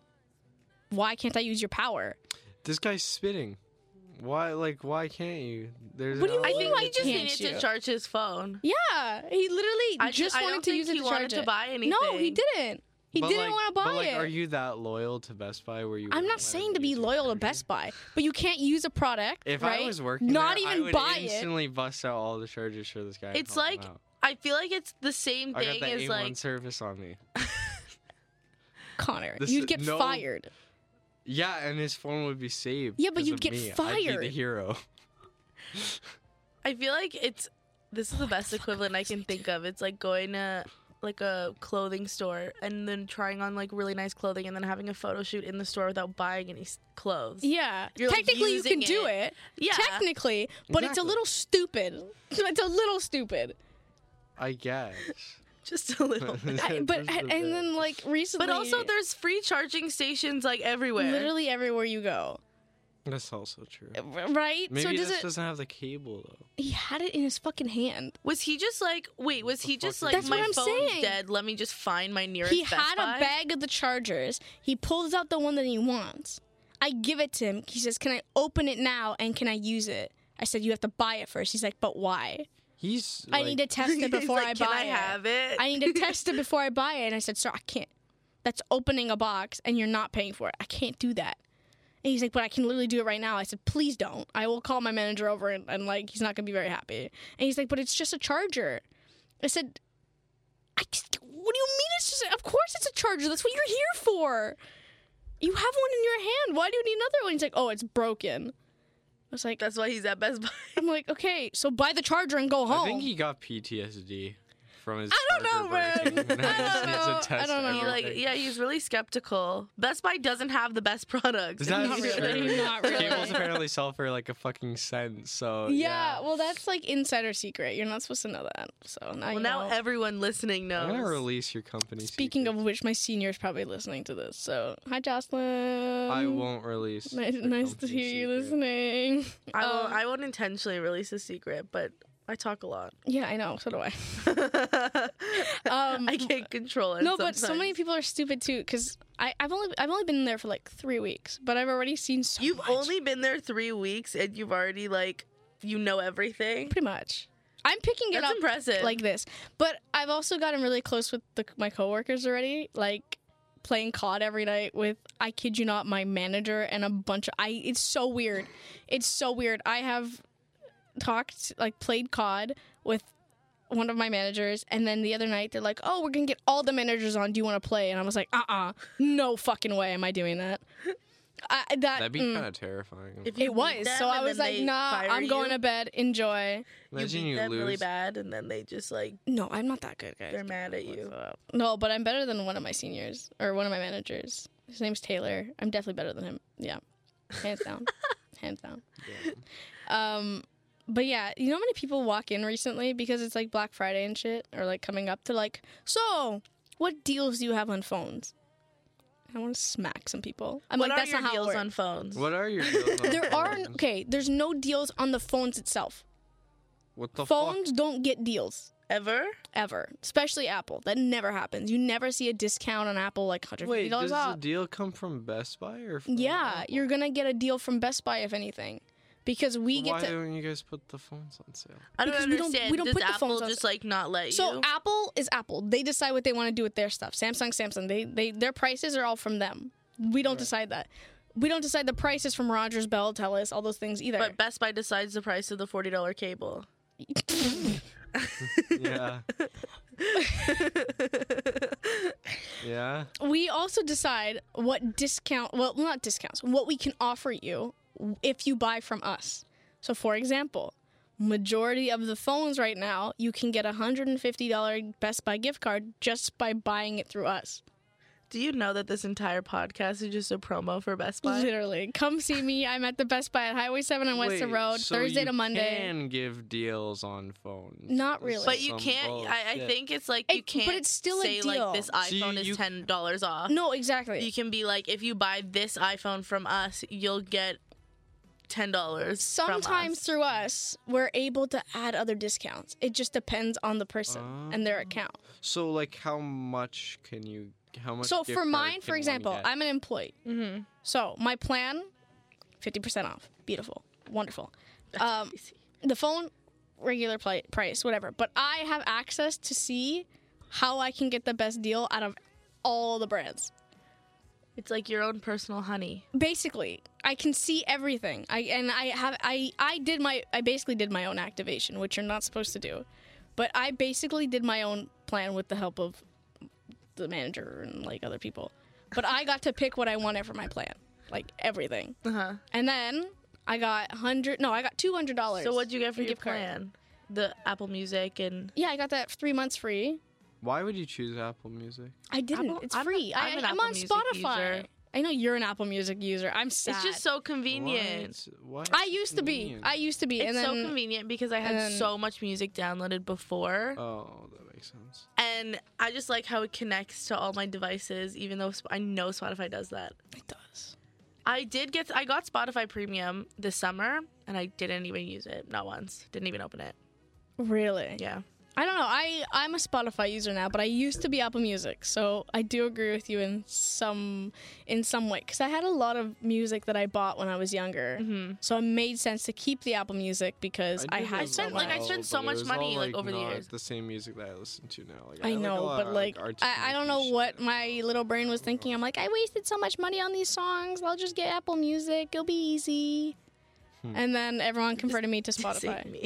Why can't I use your power?
This guy's spitting. Why? Like, why can't you? There's.
What do
an
you
I
outlet.
think
why
he just
can't
needed
you?
to charge his phone.
Yeah, he literally
I
just
I don't
wanted to
think
use it
he
to
wanted
charge
to
it.
buy anything.
No, he didn't. He
But,
didn't
like-
want to buy
But like,
it.
are you that loyal to Best Buy? Where you?
I'm
wouldn't
not
let
saying
him
to be
use your
loyal to
charger?
Best Buy, but you can't use a product.
If
right?
I was working,
not
there, I
even
would
buy it.
instantly bust out all the chargers for this guy. and
It's
help him
like
out.
I feel like it's the same
I got
thing
that
as
A1
like
service on me.
Connor,
This
you'd
is-
get
no.
fired.
Yeah, and his phone would be saved.
Yeah, but
'cause
you'd
of
get
me. I'd
fired.
be the hero.
I feel like it's this is the best equivalent I can think of. It's like going to like a clothing store and then trying on like really nice clothing and then having a photo shoot in the store without buying any s- clothes.
Yeah,
You're, like,
technically you
using
can do
it.
it.
Yeah.
technically, but it's a
Exactly.
little stupid. It's a little stupid.
I guess.
just a little. bit.
I- but
Just a
and
bit.
then like recently,
But also there's free charging stations like everywhere.
literally everywhere you go,
that's also true.
right?
Maybe
so
this
does it?
doesn't have the cable though.
He had it in his fucking hand.
Was he just like wait, was
the
he
fuck
just
is
like
That's
my
what
I'm
phone's
saying.
dead, let me just find my nearest
he
Best
had
Buy?
a bag of the chargers. He pulls out the one that he wants. I give it to him. He says, "Can I open it now? And can I use it?" I said, "You have to buy it first. He's like, "But why?
He's.
I need
like-
to test
He's
it before
like,
I
Can
buy
I
it.
have it?
I need to test it before I buy it. And I said, Sir, I can't. That's opening a box and you're not paying for it. I can't do that. And he's like, But I can literally do it right now. I said, Please don't. I will call my manager over and, and like, he's not going to be very happy. And he's like, But it's just a charger. I said, I just, What do you mean it's just, of course it's a charger. That's what you're here for. You have one in your hand. Why do you need another one? He's like, Oh, it's broken. I was like,
That's why he's at Best Buy.
I'm like, Okay, so buy the charger and go home.
I think he got PTSD from his.
I don't know,
charger
man.
breaking.
I
Now
don't
he just needs to
know. I
test
don't know.
He, like
everything.
yeah, he's really skeptical. Best Buy doesn't have the best products.
Is that
Not
true?
really, not really.
Cables apparently sell for like a fucking cent. So
Yeah, well, that's like insider secret. You're not supposed to know that. So now
Well,
you
now
know.
everyone listening
I'm
knows.
gonna release your company.
Speaking
secret.
of which, my senior is probably listening to this. So hi, Jocelyn.
I won't release.
Nice,
the
nice to
company
hear you
secret.
listening.
I will.
Um,
I won't intentionally release a secret, but I talk a lot.
Yeah, I know. So do I. Um,
I can't control it.
no, but so many
sometimes.
people are stupid too. Because I've only I've only been there for like three weeks, but I've already seen so
You've
much.
only been there three weeks, and you've already like you know everything.
pretty much. I'm picking it
That's
up
impressive.
like this, but I've also gotten really close with the, my coworkers already. Like playing COD every night with I kid you not, my manager and a bunch of I. It's so weird. It's so weird. I have talked like played COD with one of my managers and then the other night they're like oh we're gonna get all the managers on do you want to play and i was like uh-uh no fucking way am i doing that I, that
That'd be
mm.
kind of terrifying.
If you
it
beat
was
them
so i
and
was
then
like
they
nah
fire
i'm going
you,
to bed enjoy
Imagine
you beat
you,
them
lose.
really bad, and then they just like
No, I'm not that good, guys.
They're mad at you.
No, but I'm better than one of my seniors or one of my managers. His name's Taylor. I'm definitely better than him. Yeah, hands down, hands down.
Damn.
Um, but yeah, you know how many people walk in recently because it's like Black Friday and shit, or like coming up to like, so what deals do you have on phones? I want to smack some people. I'm
what
like,
are
that's
your
not how
deals
it works.
on phones?
What are your? deals on
there are
phones?
okay. There's no deals on the phones itself.
What the
phones don't get deals.
Ever?
ever, especially Apple. That never happens. You never see a discount on Apple like
fuck?
hundred fifty
Wait,
dollars
does the
off.
deal come from Best Buy or? From
Yeah,
Apple?
you're gonna get a deal from Best Buy if anything. because we
Why
get to.
don't you guys put the phones on sale?
I don't
Because we don't-
understand.
we don't
Does
put the
Apple
phones on-
just like not let
So
you?
Apple is Apple. They decide what they want to do with their stuff. Samsung, Samsung. They they their prices are all from them. We don't decide that. We don't decide the prices from Rogers, Bell, Telus, all those things either.
but Best Buy decides the price of the forty dollar cable.
yeah. Yeah.
we also decide what discount well not discounts what we can offer you if you buy from us so for example majority of the phones right now you can get a $150 best buy gift card just by buying it through us
Do you know that this entire podcast is just a promo for Best Buy?
literally come see me i'm at the best buy at highway 7 on western
Wait,
road
so
thursday
you
to monday
Can give deals on phones.
Not
That's
really.
But you
some
can't. I, I
bullshit.
think it's like you
It- but
can't.
it's still a
say like
deal.
this
So
iPhone
you-
is ten dollars off.
no exactly
You can be like, if you buy this iPhone from us, you'll get ten dollars.
sometimes
us.
through us we're able to add other discounts it just depends on the person and their account
So like, how much can you? How much?
so
gift
for
card
mine
can
for
one
example
get?
i'm an employee so my plan 50% off beautiful wonderful um,
crazy.
the phone regular pli- price whatever but i have access to see how i can get the best deal out of all the brands
it's like your own personal honey.
basically i can see everything i and i have i i did my i basically did my own activation which you're not supposed to do but i basically did my own plan with the help of the manager and like other people but i got to pick what i wanted for my plan like everything
Uh huh.
and then i got 100 no i got $200
So what'd you get for
in
your
gift card.
plan? The Apple Music and
yeah i got that three months free
Why would you choose Apple Music?
i didn't
Apple-
it's
I'm a-
free I,
I'm an
am
Apple
on
Music
spotify
user.
i know you're an apple music user i'm sad
it's just so convenient.
What? What?
i used to be
Convenient.
i used to be
It's
and then
so convenient because I had
and then-
so much music downloaded before,
Oh, that makes sense.
and I just like how it connects to all my devices. Even though Sp- I know Spotify does that,
it does
I did get I got Spotify Premium this summer, and I didn't even use it not once. Didn't even open it.
Really?
Yeah.
I don't know. I I'm a Spotify user now, but I used to be Apple Music, so I do agree with you in some in some way because I had a lot of music that I bought when I was younger,
hmm
so it made sense to keep the Apple Music because I,
did
had
as
so
spent,
well,
like, I
much.
spent so
but it
much
was
money,
all,
like, over the
not
years.
The same music that I listen to now. Like,
I
like a
know,
lot
but
of,
like
arts and
I, I don't know
music
what
shit.
my little brain was thinking. I'm like, I wasted so much money on these songs. I'll just get Apple Music. It'll be easy.
Hmm.
And then everyone converted me to
Save
Spotify.
me.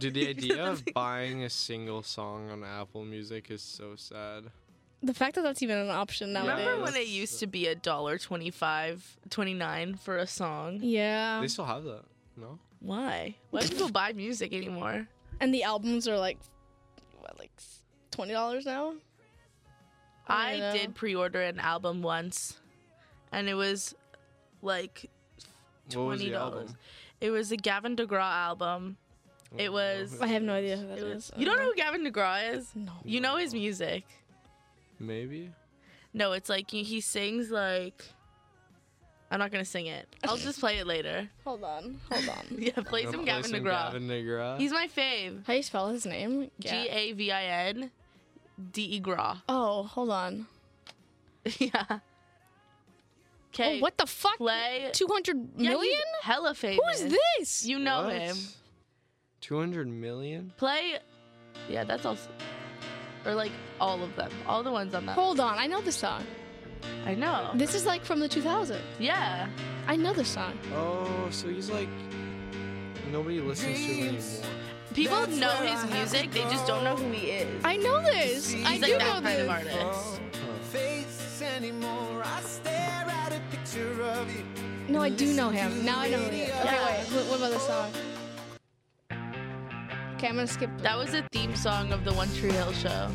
Dude, the idea of buying a single song on Apple Music is so sad.
The fact that that's even an option nowadays.
Remember when
Nowadays.
it used to be a dollar 25 29 for a song?
yeah.
They still have that, no?
Why? Why do people buy music anymore?
And the albums are like, what, like twenty dollars now?
I,
You know?
did pre-order an album once, and it was like
What was
twenty
the
dollars.
album?
It was the Gavin DeGraw album.
I don't
It
know
was-
who
I have no idea who that
It was-
is.
you don't know who Gavin DeGraw is?
No.
You know his music.
Maybe.
No, it's like he, he sings like. I'm not gonna sing it. I'll just play it later.
Hold on. Hold on.
Yeah, play
Gonna
some
play
Gavin
some
DeGraw.
Gavin DeGraw.
He's my fave.
How do you spell his name?
G
Ga-
A V I N D E Gras.
oh, hold on.
yeah. Okay.
Oh, what the fuck?
Play.
Two hundred
Yeah, he's
million?
Hella famous.
Who is this?
You know
What?
him.
200 million?
Play. Yeah, that's also. Or like all of them, all the ones on that.
hold on. I know this song.
I know.
This is like from the 2000s.
Yeah.
I know this song.
Oh, so he's like nobody listens to him
Dreams.
anymore.
People
That's
know
where I
his
have
music, they just don't know who he is.
I know this.
He's
I
He's
do
like
know
that kind
this.
of artist.
faces anymore. I stare at a picture of you.
No, I do know him. Now I know him. Okay,
Yeah.
wait. What, what about this song? Okay, I'm gonna skip.
That was a theme song of the One Tree Hill show.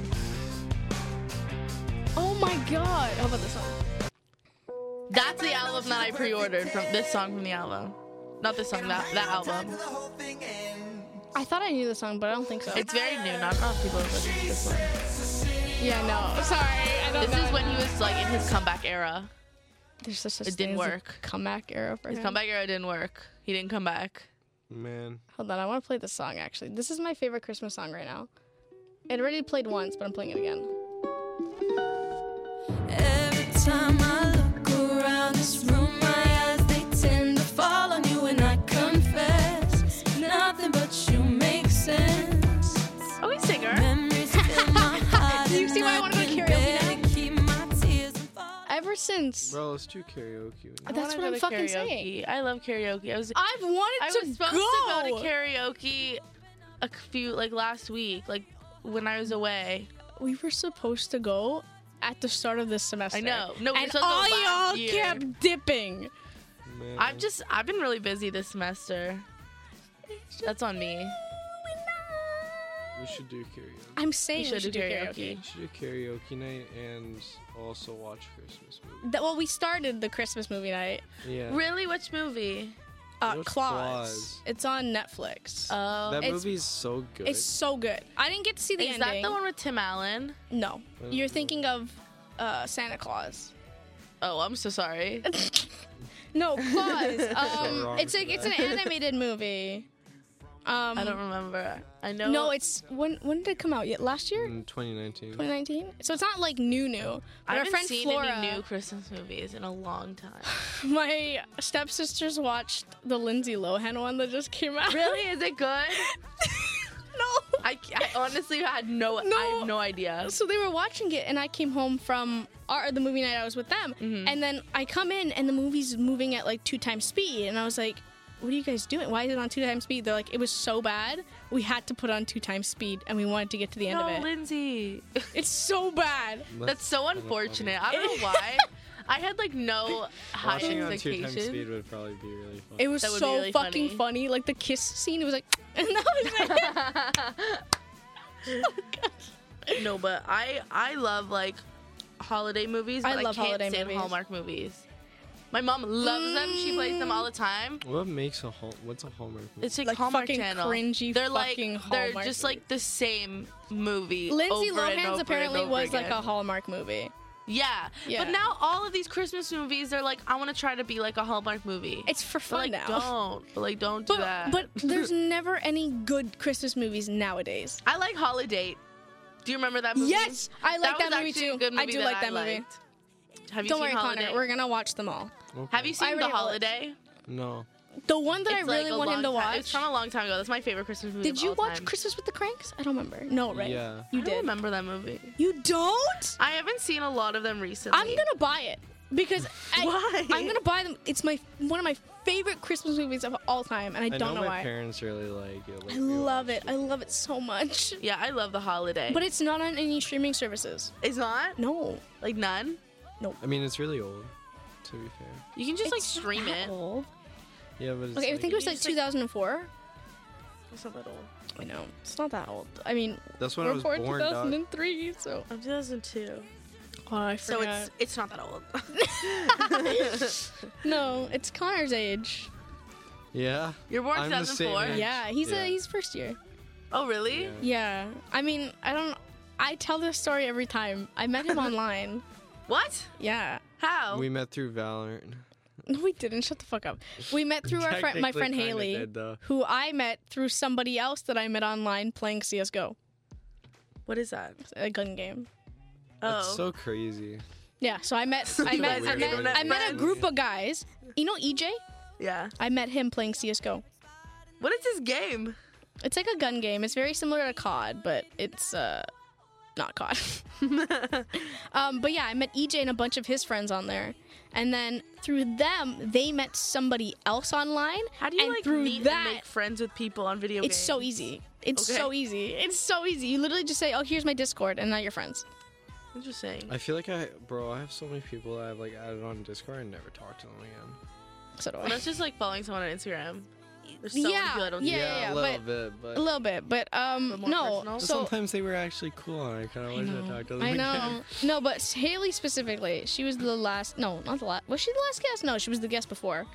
Oh my god. How about this song?
That's the album that I pre-ordered from this song from the album. Not this song, that that album.
I thought I knew the song, but I don't think so.
It's very new. Not enough people have listened to this one.
yeah, no. Sorry, I don't
This
know.
is when he was like in his comeback era.
There's such a
It didn't work.
comeback era for
His
him.
comeback era didn't work. He didn't come back.
Man.
Hold on, I want to play this song actually. This is my favorite Christmas song right now. It already played once, but I'm playing it again.
Every time I look around this room, my eyes they tend to fall on you, and I confess
Oh, ever since.
Bro, let's do karaoke.
I
That's
wanna
what
go
I'm
to
fucking
karaoke.
saying.
I love karaoke. I was
I've wanted
I
to
was supposed
go.
to go to karaoke a few like last week, like when I was away.
we were supposed to go at the start of this semester.
I know. No, we were
and
supposed to go
all y'all
last year.
kept dipping.
Man.
I've just I've been really busy this semester. That's on me.
We should do karaoke.
I'm saying
We
we
should do karaoke.
We should do karaoke night and also watch Christmas movies.
That, well, we started the Christmas movie night.
Yeah.
Really? Which movie?
Uh,
What's
Claws.
Claws?
It's on Netflix.
Oh,
that
it's-
movie's so good.
it's so good. I didn't get to see the
is
ending.
that the one with Tim Allen?
No,
I don't
you're
know.
thinking of uh, Santa Claus.
Oh, I'm so sorry.
no, Claus.
So
Um,
wrong
it's
for
like it's an
that.
animated movie. Um,
I don't remember. I know.
No, it's when when did it come out? Yet last year,
in 2019.
2019. So it's not like new new.
I
But our
haven't
friend
seen
Flora,
any new Christmas movies in a long time.
my stepsisters watched the Lindsay Lohan one that just came out.
really? Is it good?
no.
I, I honestly had no, I
No.
have no idea.
So they were watching it, and I came home from our, the movie night. I was with them,
Mm-hmm.
and then I come in, and the movie's moving at like two times speed, and I was like, "What are you guys doing? Why is it on two times speed?" They're like, "It was so bad, we had to put on two times speed, and we wanted to get to the end
No,
of it.
Lindsay.
it's so bad."
That's so
kinda funny.
unfortunate. I don't know why. I had like no high
Watching on two times speed
expectations.
would probably be really fun.
It was
That would be
so
really
fucking funny.
funny.
Like the kiss scene, it was like, and that was it.
no, but I I love like holiday movies.
I
But I,
love
can't
holiday
stand
movies.
Hallmark movies. My mom loves them. She plays them all the time.
what makes a home? What's a Hallmark? Movie?
It's like,
Like
Hallmark
fucking
Channel.
cringy
they're like
fucking
they're
Hallmark
just like the same movie.
Lindsay
over and
Lohan's
over
apparently
and over
was
again.
like a Hallmark movie.
yeah.
Yeah.
But now all of these Christmas movies, they're like I want to try to be like a Hallmark movie.
It's for
but,
fun
like
now.
don't like don't do
But,
that.
but there's never any good Christmas movies nowadays.
I like Holiday. Do you remember that movie?
Yes, I like that,
was
movie
actually
too.
a good
I
movie
do like that
I
movie.
liked. Have you
Don't
seen
worry,
Holiday?
Connor. We're gonna watch them all.
Okay.
Have you seen The
already will it.
Holiday?
No.
The one that
It's,
I
like,
really
a
want him to
long time-
watch.
It's from a long time ago. That's my favorite Christmas movie.
did
of
you
all
watch
time.
Christmas with the Cranks? I don't remember. No, right?
Yeah.
You
I don't
did.
remember that movie.
You don't?
I haven't seen a lot of them recently.
I'm gonna buy it because I,
Why?
I'm gonna buy them. It's my one of my favorite Christmas movies of all time, and I,
I
don't
know,
know,
my
why.
parents really like it. like,
I
we
love it.
watched
I love it so much.
Yeah, I love The Holiday.
But it's not on any streaming services.
it's not
No,
like none.
I mean, it's really old. To be fair.
You can just like
It's not
stream
that
it.
old.
Yeah, but it's
Okay, I
like,
think it was like
It's like-
2004.
It's a little.
I know it's not that old. I mean,
that's when I
we're
was
born
born. dog.
2003, so
I'm 2002.
oh, I
So
forgot.
it's it's not that old.
no, it's Connor's age.
Yeah.
You're born
I'm the same
2004.
age.
Yeah, he's
Yeah.
a he's first year.
Oh really?
Yeah.
Yeah, I mean, I don't. I tell this story every time. I met him online.
What?
Yeah.
How?
We met through Valorant.
No, we didn't. Shut the fuck up. We met through our friend, my
Technically
friend
kinda
Haley,
did, though.
who I met through somebody else that I met online playing CS:GO,
what is that?
a gun game.
Oh,
It's so crazy.
Yeah, so I met I
You
met
guys
I
are
met,
internet
I met a
friends.
group of guys. You know EJ?
yeah.
I met him playing CS:GO.
What is this game?
It's like a gun game. It's very similar to COD, but it's uh not COD. um, but yeah, I met EJ and a bunch of his friends on there, and then through them they met somebody else online.
How do you
and
like
through
meet
that
and make friends with people on video
It's
games?
so easy. It's
Okay.
so easy. It's so easy. You literally just say, "Oh, here's my Discord," and now you're friends.
Interesting.
I feel like I, bro, I have so many people that I've like added on Discord and never talked to them again.
So do I.
Well, that's just like following someone on Instagram. There's so many
Yeah,
people I don't
yeah,
know.
a
yeah,
little
but-
bit, but
a little bit, but um,
But more
no.
personal?
So
sometimes they were actually cool, and I kind of
I
wish I
know.
talked to them.
I
Again.
know. no, but Haley specifically, she was the last. No, not the last. Was she the last guest? No, she was the guest before.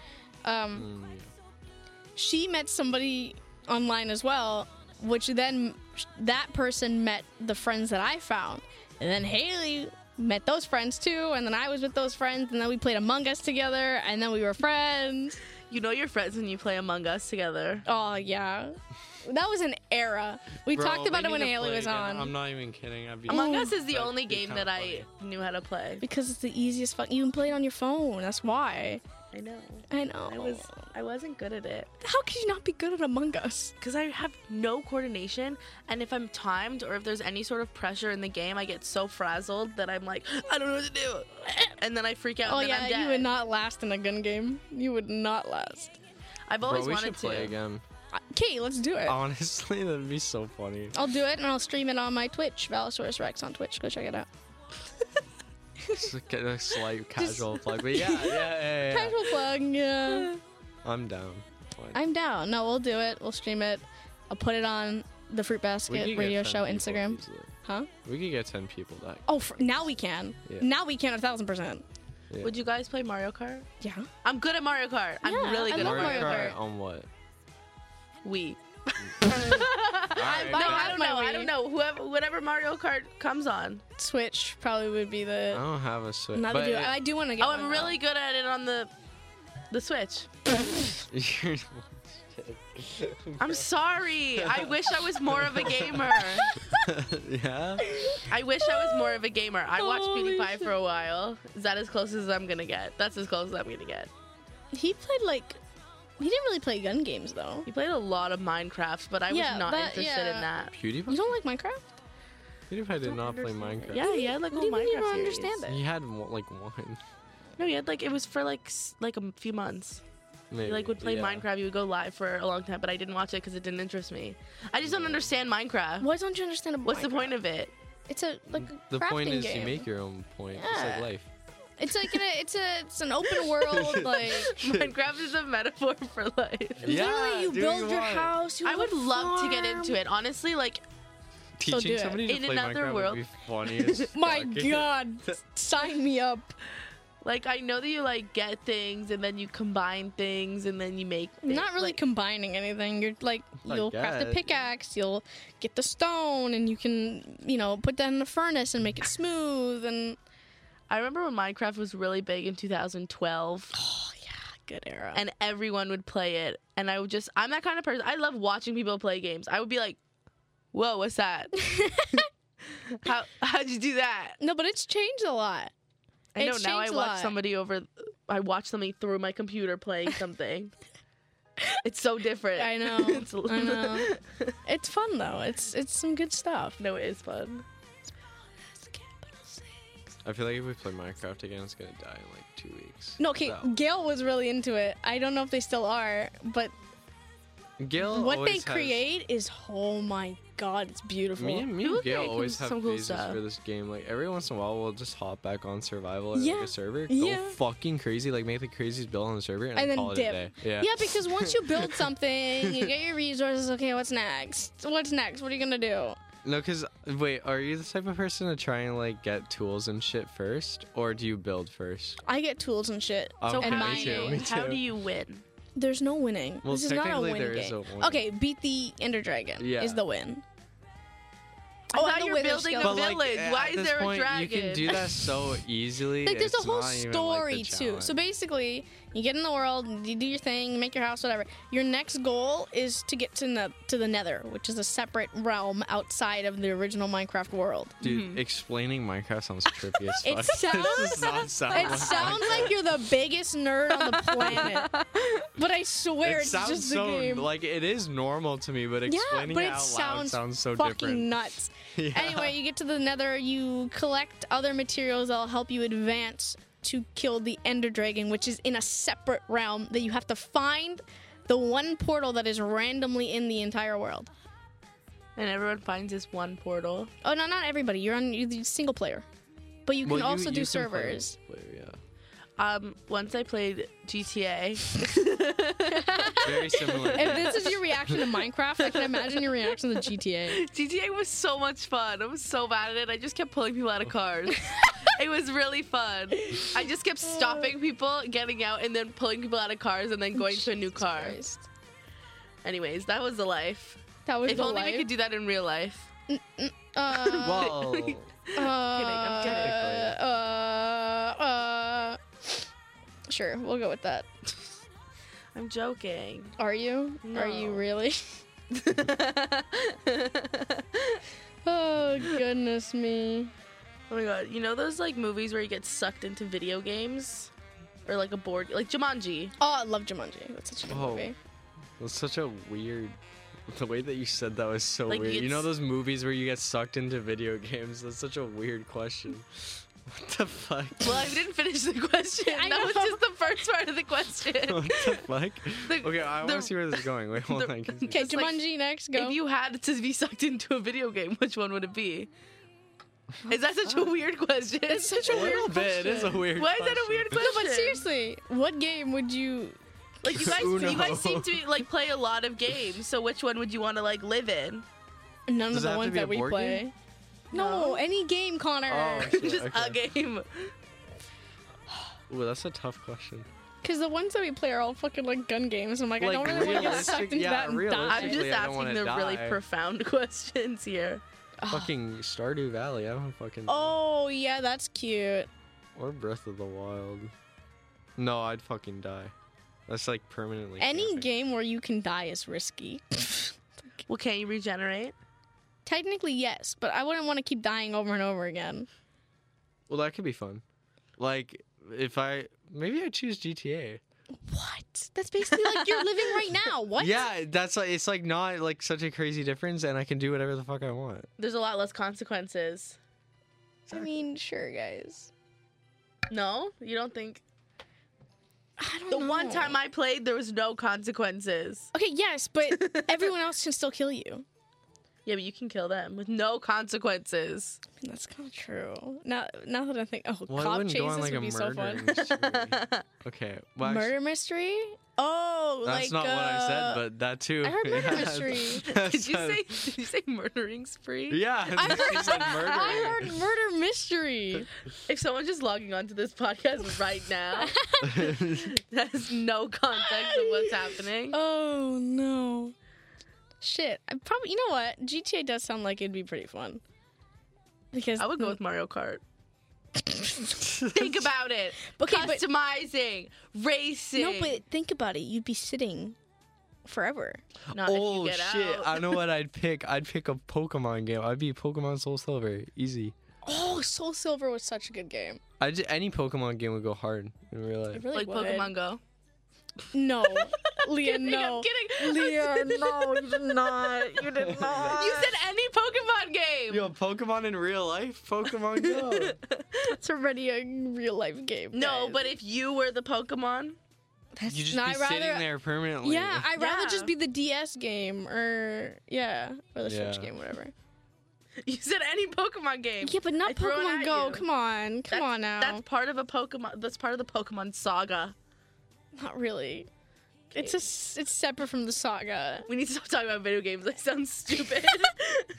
Um,
Mm, yeah.
she met somebody online as well, which then that person met the friends that I found, and then Haley met those friends too, and then I was with those friends, and then we played Among Us together, and then we were friends.
You know your friends when you play Among Us together.
Oh yeah, that was an era. We
Bro,
talked about
we
it when
need to
Haley
play
was
again.
on
I'm not even kidding. I'd be
Among
Ooh.
Us is the
That'd
only
be
game
kinda
that I knew how to play.
because it's the easiest. Fu- you can play it on your phone. That's why.
I know.
I know.
I was I wasn't good at it
How could you not be good at Among Us?
because I have no coordination, and if I'm timed or if there's any sort of pressure in the game, I get so frazzled that I'm like, I don't know what to do, and then I freak out.
Oh
and then I'm
yeah,
dead.
you would not last in a gun game. You would not last.
I've
Bro,
always
we
wanted
should
to.
play again.
Okay, let's do it.
Honestly, that'd be so funny.
I'll do it and I'll stream it on my Twitch, Valorosaurus Rex on Twitch. Go check it out.
Just a ca- a slight casual plug, but yeah, yeah, yeah, yeah.
Casual plug. Yeah.
I'm down. Fine.
I'm down. No, we'll do it. We'll stream it. I'll put it on the Fruit
We could
Basket
get
Radio
10
Show
people
Instagram.
easily.
Huh?
We could get ten people back.
Oh, fr now we can.
Yeah.
Now we can a thousand percent.
Would you guys play Mario Kart?
Yeah.
I'm good at Mario Kart.
Yeah,
I'm really
I
good
love
at Mario
Mario
Kart.
Kart.
on what?
We.
Alright,
No,
buying-
guys.
I
have
don't
my
know. I
Wii.
don't know. Whoever, whatever Mario Kart comes on.
Switch probably would be
I
the.
don't have a switch.
Not
but
do.
it-
I do want to get.
Oh,
one
I'm
though.
really good at it on the, the Switch.
You're
I'm sorry. I wish I was more of a gamer.
yeah.
I wish I was more of a gamer. I watched
Holy
PewDiePie for a while. Is that as close as I'm gonna get? That's as close as I'm gonna get.
He played like. He didn't really play gun games though.
He played a lot of Minecraft, but I
Yeah,
was not
that-
interested
yeah.
in that.
PewDiePie.
You don't like Minecraft? Ah,
PewDiePie did not play Minecraft.
Yeah, he had like
What do
a whole
you mean you
Minecraft
don't
series.
understand it?
He had one, like one.
No, he had like it was for like s- like a few months.
Maybe.
He like would play
yeah.
Minecraft. He would go live for a long time, but I didn't watch it because it didn't interest me. I just don't understand Minecraft.
Why don't you understand? a
What's the
Minecraft?
point of it?
It's a like a
The point
crafting
is
game.
you make your own point. It's like
Yeah.
life.
It's like an, it's a it's an open world like.
Minecraft is a metaphor for life.
literally, you
do
build
what
your
want.
house. You
I
have
would
a
love to get
farm.
into it. Honestly, like
Teaching
do it.
somebody to
In
play
another
Minecraft
world.
would be funny. as
My
fuck.
God, sign me up.
like I know that you like get things and then you combine things and then you make thi-
Not really
like,
combining anything. You're like
I
you'll craft a
guess.
pickaxe. You'll get the stone, and you can you know put that in the furnace and make it smooth. And
I remember when Minecraft was really big in 2012
oh yeah, good era.
and everyone would play it and I would just I'm that kind of person. I love watching people play games. I would be like, "Whoa, what's that? How how'd you do that?"
no, but it's changed a lot.
I know
It's
now I
changed a
watch
lot.
somebody over I watch somebody through my computer playing something. it's so different.
I know.
It's-
I know. It's fun though. It's it's some good stuff.
no, it is fun.
I feel like if we play Minecraft again, it's gonna die in like two weeks.
No, okay. mm,
So-
Gail was really into it. I don't know if they still are, but
Gail
what they
Oh, always has-
create is oh my god, it's beautiful.
Me and me
People
and Gail
create
always
some
have
cool
phases
stuff.
for this game. Like every once in a while, we'll just hop back on survival or like
Yeah.
a server, go
Yeah.
fucking crazy, like make the craziest build on the server, and,
And then
call
dip.
it a day. Yeah.
Yeah, because once you build something, you get your resources. Okay, what's next? What's next? What are you gonna do?
no, because wait, are you the type of person to try and like get tools and shit first, or do you build first?
I get tools and shit.
Okay,
and
how,
me
do
too.
you,
Me
mining.
too.
how do you win?
There's no winning.
Well,
this is not a
technically
win
there
game.
is a win.
Okay, beat the Ender Dragon.
Yeah.
Is the win.
I thought
and the
you were
Wither
Oh, building a
Skeleton.
But like,
village,
at
why is
this
there a
point, You can
dragon?
do that so easily.
like there's
it's
a whole
not even, like,
story
the
too. So
challenge.
basically, you get in the world, you do your thing, you make your house, whatever. Your next goal is to get to the to the Nether, which is a separate realm outside of the original Minecraft world.
dude, explaining Minecraft sounds trippy as
Mm-hmm. It
fuck. this
sounds-
does not sound
It
like
sounds like you're the biggest nerd on the planet, but I swear
it
it's
sounds
just the
so
game.
like it is normal to me, but
yeah,
explaining
but
it,
it
out loud
sounds
sounds so
fucking
different.
nuts.
Yeah.
Anyway, you get to the Nether, you collect other materials that'll help you advance to kill the Ender Dragon, which is in a separate realm that you have to find the one portal that is randomly in the entire world.
And everyone finds this one portal.
Oh no, not everybody. You're on you're single player, but you can
Well, you-
also
you
do
can play
servers.
multiplayer, yeah.
Um, once I played GTA,
Very similar.
If this is your reaction to Minecraft, I can imagine your reaction to GTA.
GTA was so much fun. I was so bad at it. I just kept pulling people out of cars. it was really fun. I just kept stopping people, getting out, and then pulling people out of cars, and then going to a new car.
Christ.
Anyways, that was the life.
That was
if
the
only
life.
we could do that in real life.
Uh,
well,
Uh,
I'm kidding.
uh, uh, sure, we'll go with that.
I'm joking.
Are you? Are you
No.
really?
oh
Oh goodness me.
my god! You know those like movies where you get sucked into video games? or like a board, like Jumanji.
Oh, I love Jumanji. That's such a good
Oh,
movie.
That's such a weird. The way that you said that was so
Like,
weird. You know
it's-
those movies where you get sucked into video games? That's such a weird question. What the fuck?
Well, I didn't finish the question.
I
that was
know.
just the first part of the question.
what the fuck?
The-
okay, I want
the-
to see where this is going. Wait, hold
the-
on.
the-
Okay,
just like-
Jumanji next. Go.
If you had to be sucked into a video game, which one would it be? Is that such a weird question?
it's such a
a little
weird
bit. It is a
question.
weird.
Why is that a
question.
weird question?
No, but seriously, what game would you?
like you guys,
Uno.
you guys seem to like play a lot of games. So which one would you want to like live in?
None of
Does it have
the
to
ones
be a
that we
board
play.
game?
No,
No.
any game, Connor.
Oh. Shit,
just a
okay.
game.
Ooh, that's a tough question.
Because the ones that we play are all fucking like gun games. I'm like, I
Like,
don't really want to get
realistic-
sucked into
yeah,
that and die.
I'm
realistically-
just
Basically, I don't wanna
asking the really
die.
profound questions here.
Fucking Stardew Valley. I don't fucking.
oh yeah, that's cute.
Or Breath of the Wild. No, I'd fucking die. That's like permanently.
Any
camping.
game where you can die is risky.
Well, can you regenerate?
Technically, yes, but I wouldn't want to keep dying over and over again.
Well, that could be fun. Like, if I maybe I choose GTA.
What? That's basically like you're living right now. What?
Yeah, that's like it's like not like such a crazy difference, and I can do whatever the fuck I want.
There's a lot less consequences.
I mean, sure, guys.
No, you don't think.
I don't
The
know.
one time I played, there was no consequences.
Okay, yes, but everyone else can still kill you. I mean,
Yeah, but you can kill them with no consequences.
that's kind of true. Now, now that I think, oh,
Well, I
cop
wouldn't
chases
go on, like, a
would be so
murder
fun.
and- Okay, well, actually,
murder mystery? Oh, like
that's not what I said,
uh,
but that too.
I heard murder
Yeah,
mystery.
that's-
did you say? Did you say murdering spree?
Yeah,
I
she
heard,
said murder.
I heard murder mystery.
If someone's just logging onto this podcast right now, that has no context of what's happening.
Oh no. Shit. I probably you know what? GTA does sound like it'd be pretty fun. Because Mm,
I would go with Mario Kart. Think about it.
Okay, but
Customizing, racing.
no, but think about it. You'd be sitting forever.
Not if you
oh
get
shit!
out.
I know what I'd pick. I'd pick a Pokemon game. I'd be Pokemon Soul Silver. Easy.
Oh, Soul Silver was such a good game.
I ju- any Pokemon game would go hard in real
It
life.
really
like
would.
Pokemon Go.
No, Leah, no.
I'm kidding.
no, you did not. You did not.
You said any Pokemon game.
Yo, Pokemon in real life? Pokemon Go.
it's already a real life game.
No,
guys.
but if you were the Pokemon,
that's
you just
no,
be
I'd rather,
sitting there permanently.
Yeah, I'd rather
Yeah.
just be the DS game or yeah, or the Switch
Yeah.
game, whatever.
you said any Pokemon game.
Yeah, but not
I throw it
Pokemon
at
Go.
you.
Come on, come
That's-
on now.
That's part of a Pokemon. That's part of the Pokemon saga.
not really. It's a, s- it's separate from the saga.
We need to stop talking about video games. That sounds stupid.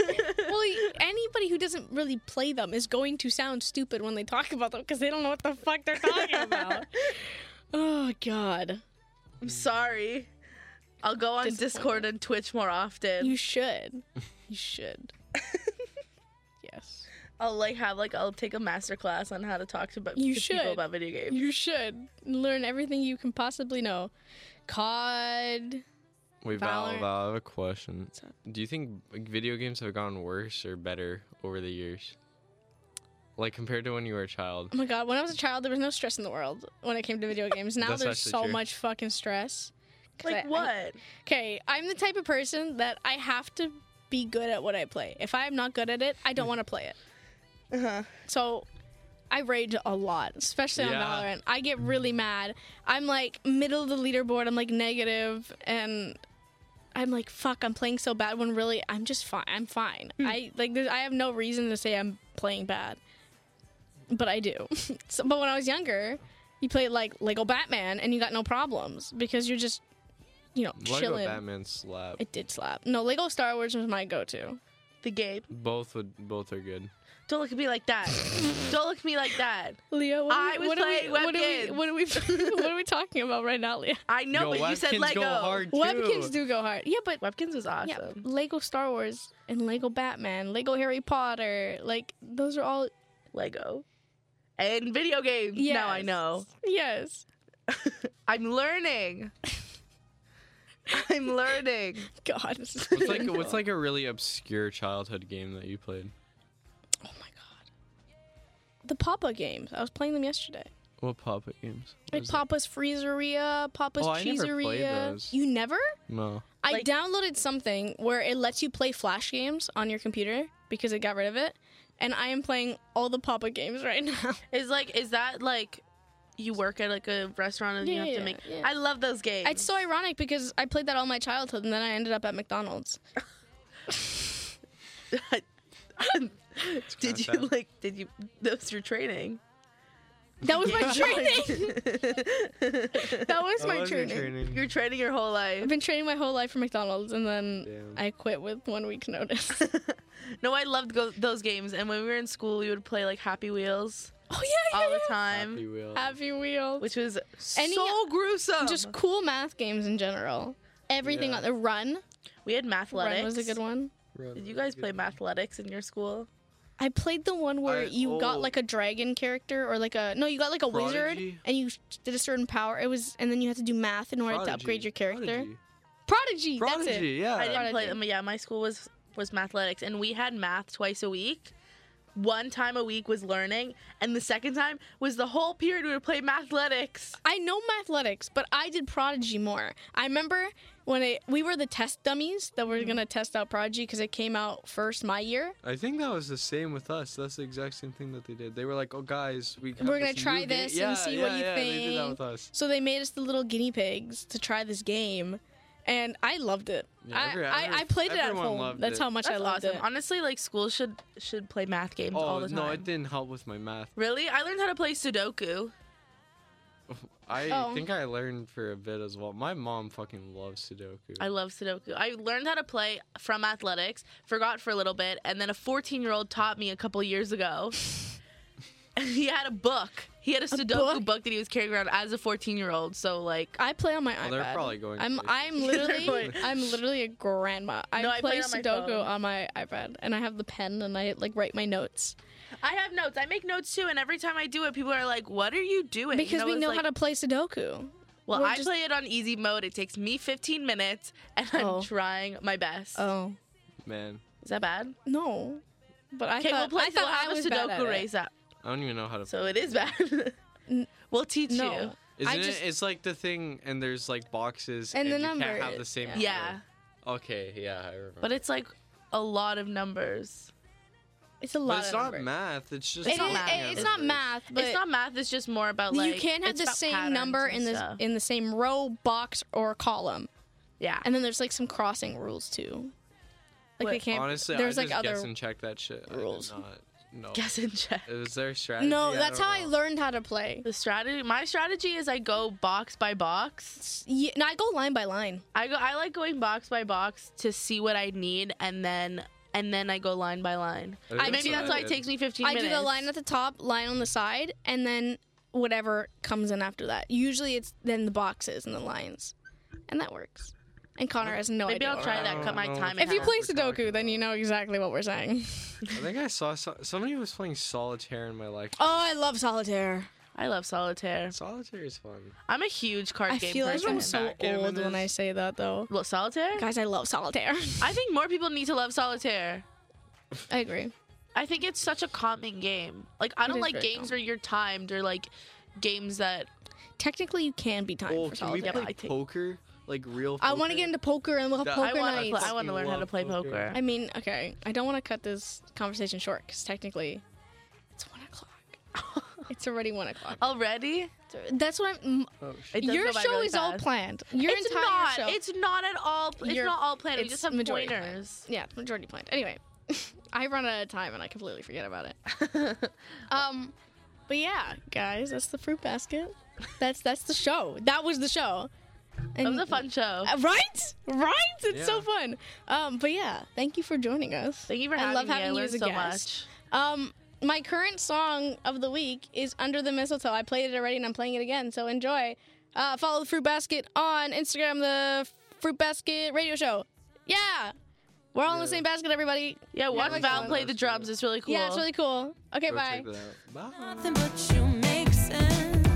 Well, y- anybody who doesn't really play them is going to sound stupid when they talk about them because they don't know what the fuck they're talking about. oh God,
I'm sorry. I'll go on Discord and Twitch more often.
you should, you should. yes,
I'll like have like I'll take a master class on how to talk to, bu-
You
to people
should.
about video games.
you should learn everything you can possibly know. COD.
Wait, Val,
Valorant.
Val, I have a question.
up?
Do you think like, video games have gone worse or better over the years? Like compared to when you were a child?
Oh my god, when I was a child, there was no stress in the world when it came to video games. Now
That's
there's
actually
so
true.
much fucking stress. 'Cause
like
I-
what?
Okay, I'm the type of person that I have to be good at what I play. If I'm not good at it, I don't want to play it.
Uh-huh.
So I rage a lot, especially
Yeah.
on Valorant. I get really mad. I'm like middle of the leaderboard, I'm like negative, and I'm like, fuck, I'm playing so bad when really I'm just fine. I'm fine. I like there's, I have no reason to say I'm playing bad. But I do. so, but when I was younger, you played like Lego Batman and you got no problems because you're just you know,
Lego
chilling.
Batman slap.
It did slap. No, Lego Star Wars was my go-to.
The game.
both would both are good.
Don't look at me like that. Don't look at me like that.
Leo, what
I
are we,
was
what
playing
are we,
Webkins.
what are we, what are we, what are we talking about right now, Leo?
I know,
Yo,
but you said
Webkins
Lego.
go hard too.
Webkins do go hard. Yeah, but
Webkins was awesome.
yeah, Lego Star Wars and Lego Batman, Lego Harry Potter, like those are all
Lego. And video games.
yes.
Now I know.
Yes.
I'm learning. I'm learning.
God. This is
What's like what's like a really obscure childhood game that you played?
Oh my god. The Papa games. I was playing them yesterday.
What Papa games? What
Like
is it?
Papa's Freezeria, Papa's
Oh, I never
Cheeseria.
played those.
You never?
No.
I
Like-
downloaded something where it lets you play Flash games on your computer because it got rid of it. And I am playing all the Papa games right now.
Is like is that like you work at like a restaurant and you
Yeah,
have
yeah,
to make
yeah.
I love those games.
It's so ironic because I played that all my childhood and then I ended up at McDonald's.
did
kinda
you
sad.
like did you that was your training?
That was my training. That was my
was your
training.
You're training your whole life.
I've been training my whole life for McDonald's and then
Damn.
I quit with one week's notice.
no, I loved go- those games. And when we were in school, we would play like Happy Wheels
oh, yeah, yeah.
all the
yeah.
Happy
time,
Wheels.
Happy Wheels.
which was
Any-
so gruesome.
Just cool math games in general. Everything
Yeah.
on the run.
we had mathletics.
Run was a good one.
Run,
Did you
run,
guys
good
play
one.
mathletics in your school?
I played the one where
I-
you got
oh.
like a dragon character or like a no, you got like a wizard
Prodigy?
and you did a certain power. It was and then you had to do math in order to upgrade your character.
Prodigy.
Prodigy, that's it.
Prodigy,
I
yeah.
didn't play
Prodigy.
them. Yeah, my school was was mathletics, and we had math twice a week. One time a week was learning, and the second time was the whole period we would play mathletics.
I know mathletics, but I did Prodigy more. I remember when I, we were the test dummies that
Hmm.
were gonna test out Prodigy because it came out first my year.
I think that was the same with us. That's the exact same thing that they did. They were like, "Oh, guys, we have
We're gonna
this
try
new
this
game.
and
yeah,
see
yeah,
what you
yeah, They did that
think.
with us.
So they made us the little guinea pigs to try this game, and I loved it.
Yeah,
I,
every-
I, I
every-
played it at
everyone
home.
loved
That's
it.
how much
That's
I loved
awesome.
it.
Honestly, like school should should play math games all
Oh
the time.
no, it didn't help with my math.
Really, I learned how to play Sudoku.
I
Oh.
think I learned for a bit as well. My mom fucking loves Sudoku.
I love Sudoku. I learned how to play from athletics, forgot for a little bit, and then a 14 year old taught me a couple years ago. and he had a book. He had a Sudoku
book?
book? that he was carrying around as a 14 year old. So, like,
I play on my
Oh,
iPad.
they're probably going
I'm
places.
I'm
They're
literally
going-
I'm literally a grandma. I
No, I
play
play it on my
Sudoku
phone.
on my iPad, and I have the pen, and I like write my notes
I have notes. I make notes too. And every time I do it, people are like, What are you doing? And
because
I
we
was
know
like,
how to play Sudoku.
Well,
we're
I
just-
play it on easy mode. It takes me 15 minutes, and I'm
Oh.
trying my best.
Oh
man.
Is that bad?
no, but I
Okay,
thought
we'll play.
I
so
thought
we'll
I
have
was
a
bad at
Sudoku
it.
race up.
I don't even know how to.
So it is bad.
N-
we'll teach you.
No,
Isn't
I
it? It's like the thing, and there's like boxes,
And the
you can't have
numbers,
the same.
yeah.
number.
Yeah.
Okay. Yeah, I remember.
But it's like a lot of numbers.
it's a
But
lot.
it's
of
not
numbers.
math. It's just.
It is-
not
looking
math.
at
it's not
numbers.
math, but
it's not math. It's just more about like
you can't have
it's
the
about
same
patterns
number in
and
the
stuff.
in the same row, box, or column.
yeah.
And then there's like some crossing rules too. Like
What-
they can't.
Honestly,
there's
I
like
just
other
guess and check that shit.
rules.
I did not. No.
Guess and check.
It was their strategy.
No,
I
that's
don't
how I
know.
learned how to play.
The strategy. My strategy is I go box by box.
Yeah, no, I go line by line.
I go. I like going box by box to see what I need, and then and then I go line by line.
think
I
Maybe
do-
that's why it takes me 15
I
minutes.
do the line at the top, line on the side, and then whatever comes in after that. Usually it's then the boxes and the lines, and that works. And Connor has no
Maybe
idea.
I'll
what
try
we're
that.
doing.
Cut my
I don't know
time.
what
in
If you
half.
Half
play
we're talking
Sudoku, then
about.
you know exactly what we're saying.
I think I saw so- somebody was playing solitaire in my life.
Oh, I love solitaire.
I love solitaire.
Solitaire is fun.
I'm a huge card
I
game
feel like
person.
I'm so
Backgammon
old when
is-
I say that though.
Well, solitaire.
Guys, I love solitaire.
I think more people need to love solitaire.
I agree.
I think it's such a common game. Like I
It
don't
is
like
very
games
common.
where you're timed or like games that
Technically, you can be timed
Oh,
for
can we
solitaire.
Yeah,
play
I take-
poker? Like real.
I want to get into poker and we'll have
That-
poker
I
I want to
nights.
play. I want to learn how to play
Fucking love
poker.
poker.
I mean, okay, I don't want to cut this conversation short because technically, it's one o'clock. it's already one o'clock.
Already?
That's what I'm.
Oh,
It does
your
go by
show
really
is all
fast.
planned. Your
it's
entire
not.
show.
It's not at all. It's
Your-
not all planned.
it's
We just have
majority planned.
pointers.
yeah, majority planned. Anyway, I run out of time and I completely forget about it. Um, but yeah, guys, that's the fruit basket. That's that's the show. That was the show. And
It was a fun show.
Uh, Right? Right? It's so
Yeah.
fun. Um, but yeah, thank you for joining us.
Thank you for
I
having
love
me.
having
I
you
learned
as a
so
guest. Um, my current song of the week is Under the Mistletoe. I played it already and I'm playing it again, so enjoy. Uh, follow the Fruit Basket on Instagram, the Fruit Basket Radio Show. Yeah. We're all in the
Yeah.
same basket, everybody.
much. Yeah, watch
like
Val
that.
play the drums. It's really cool.
Yeah, it's really cool. Okay,
Go
bye.
check that out. Bye.
Nothing but you make sense.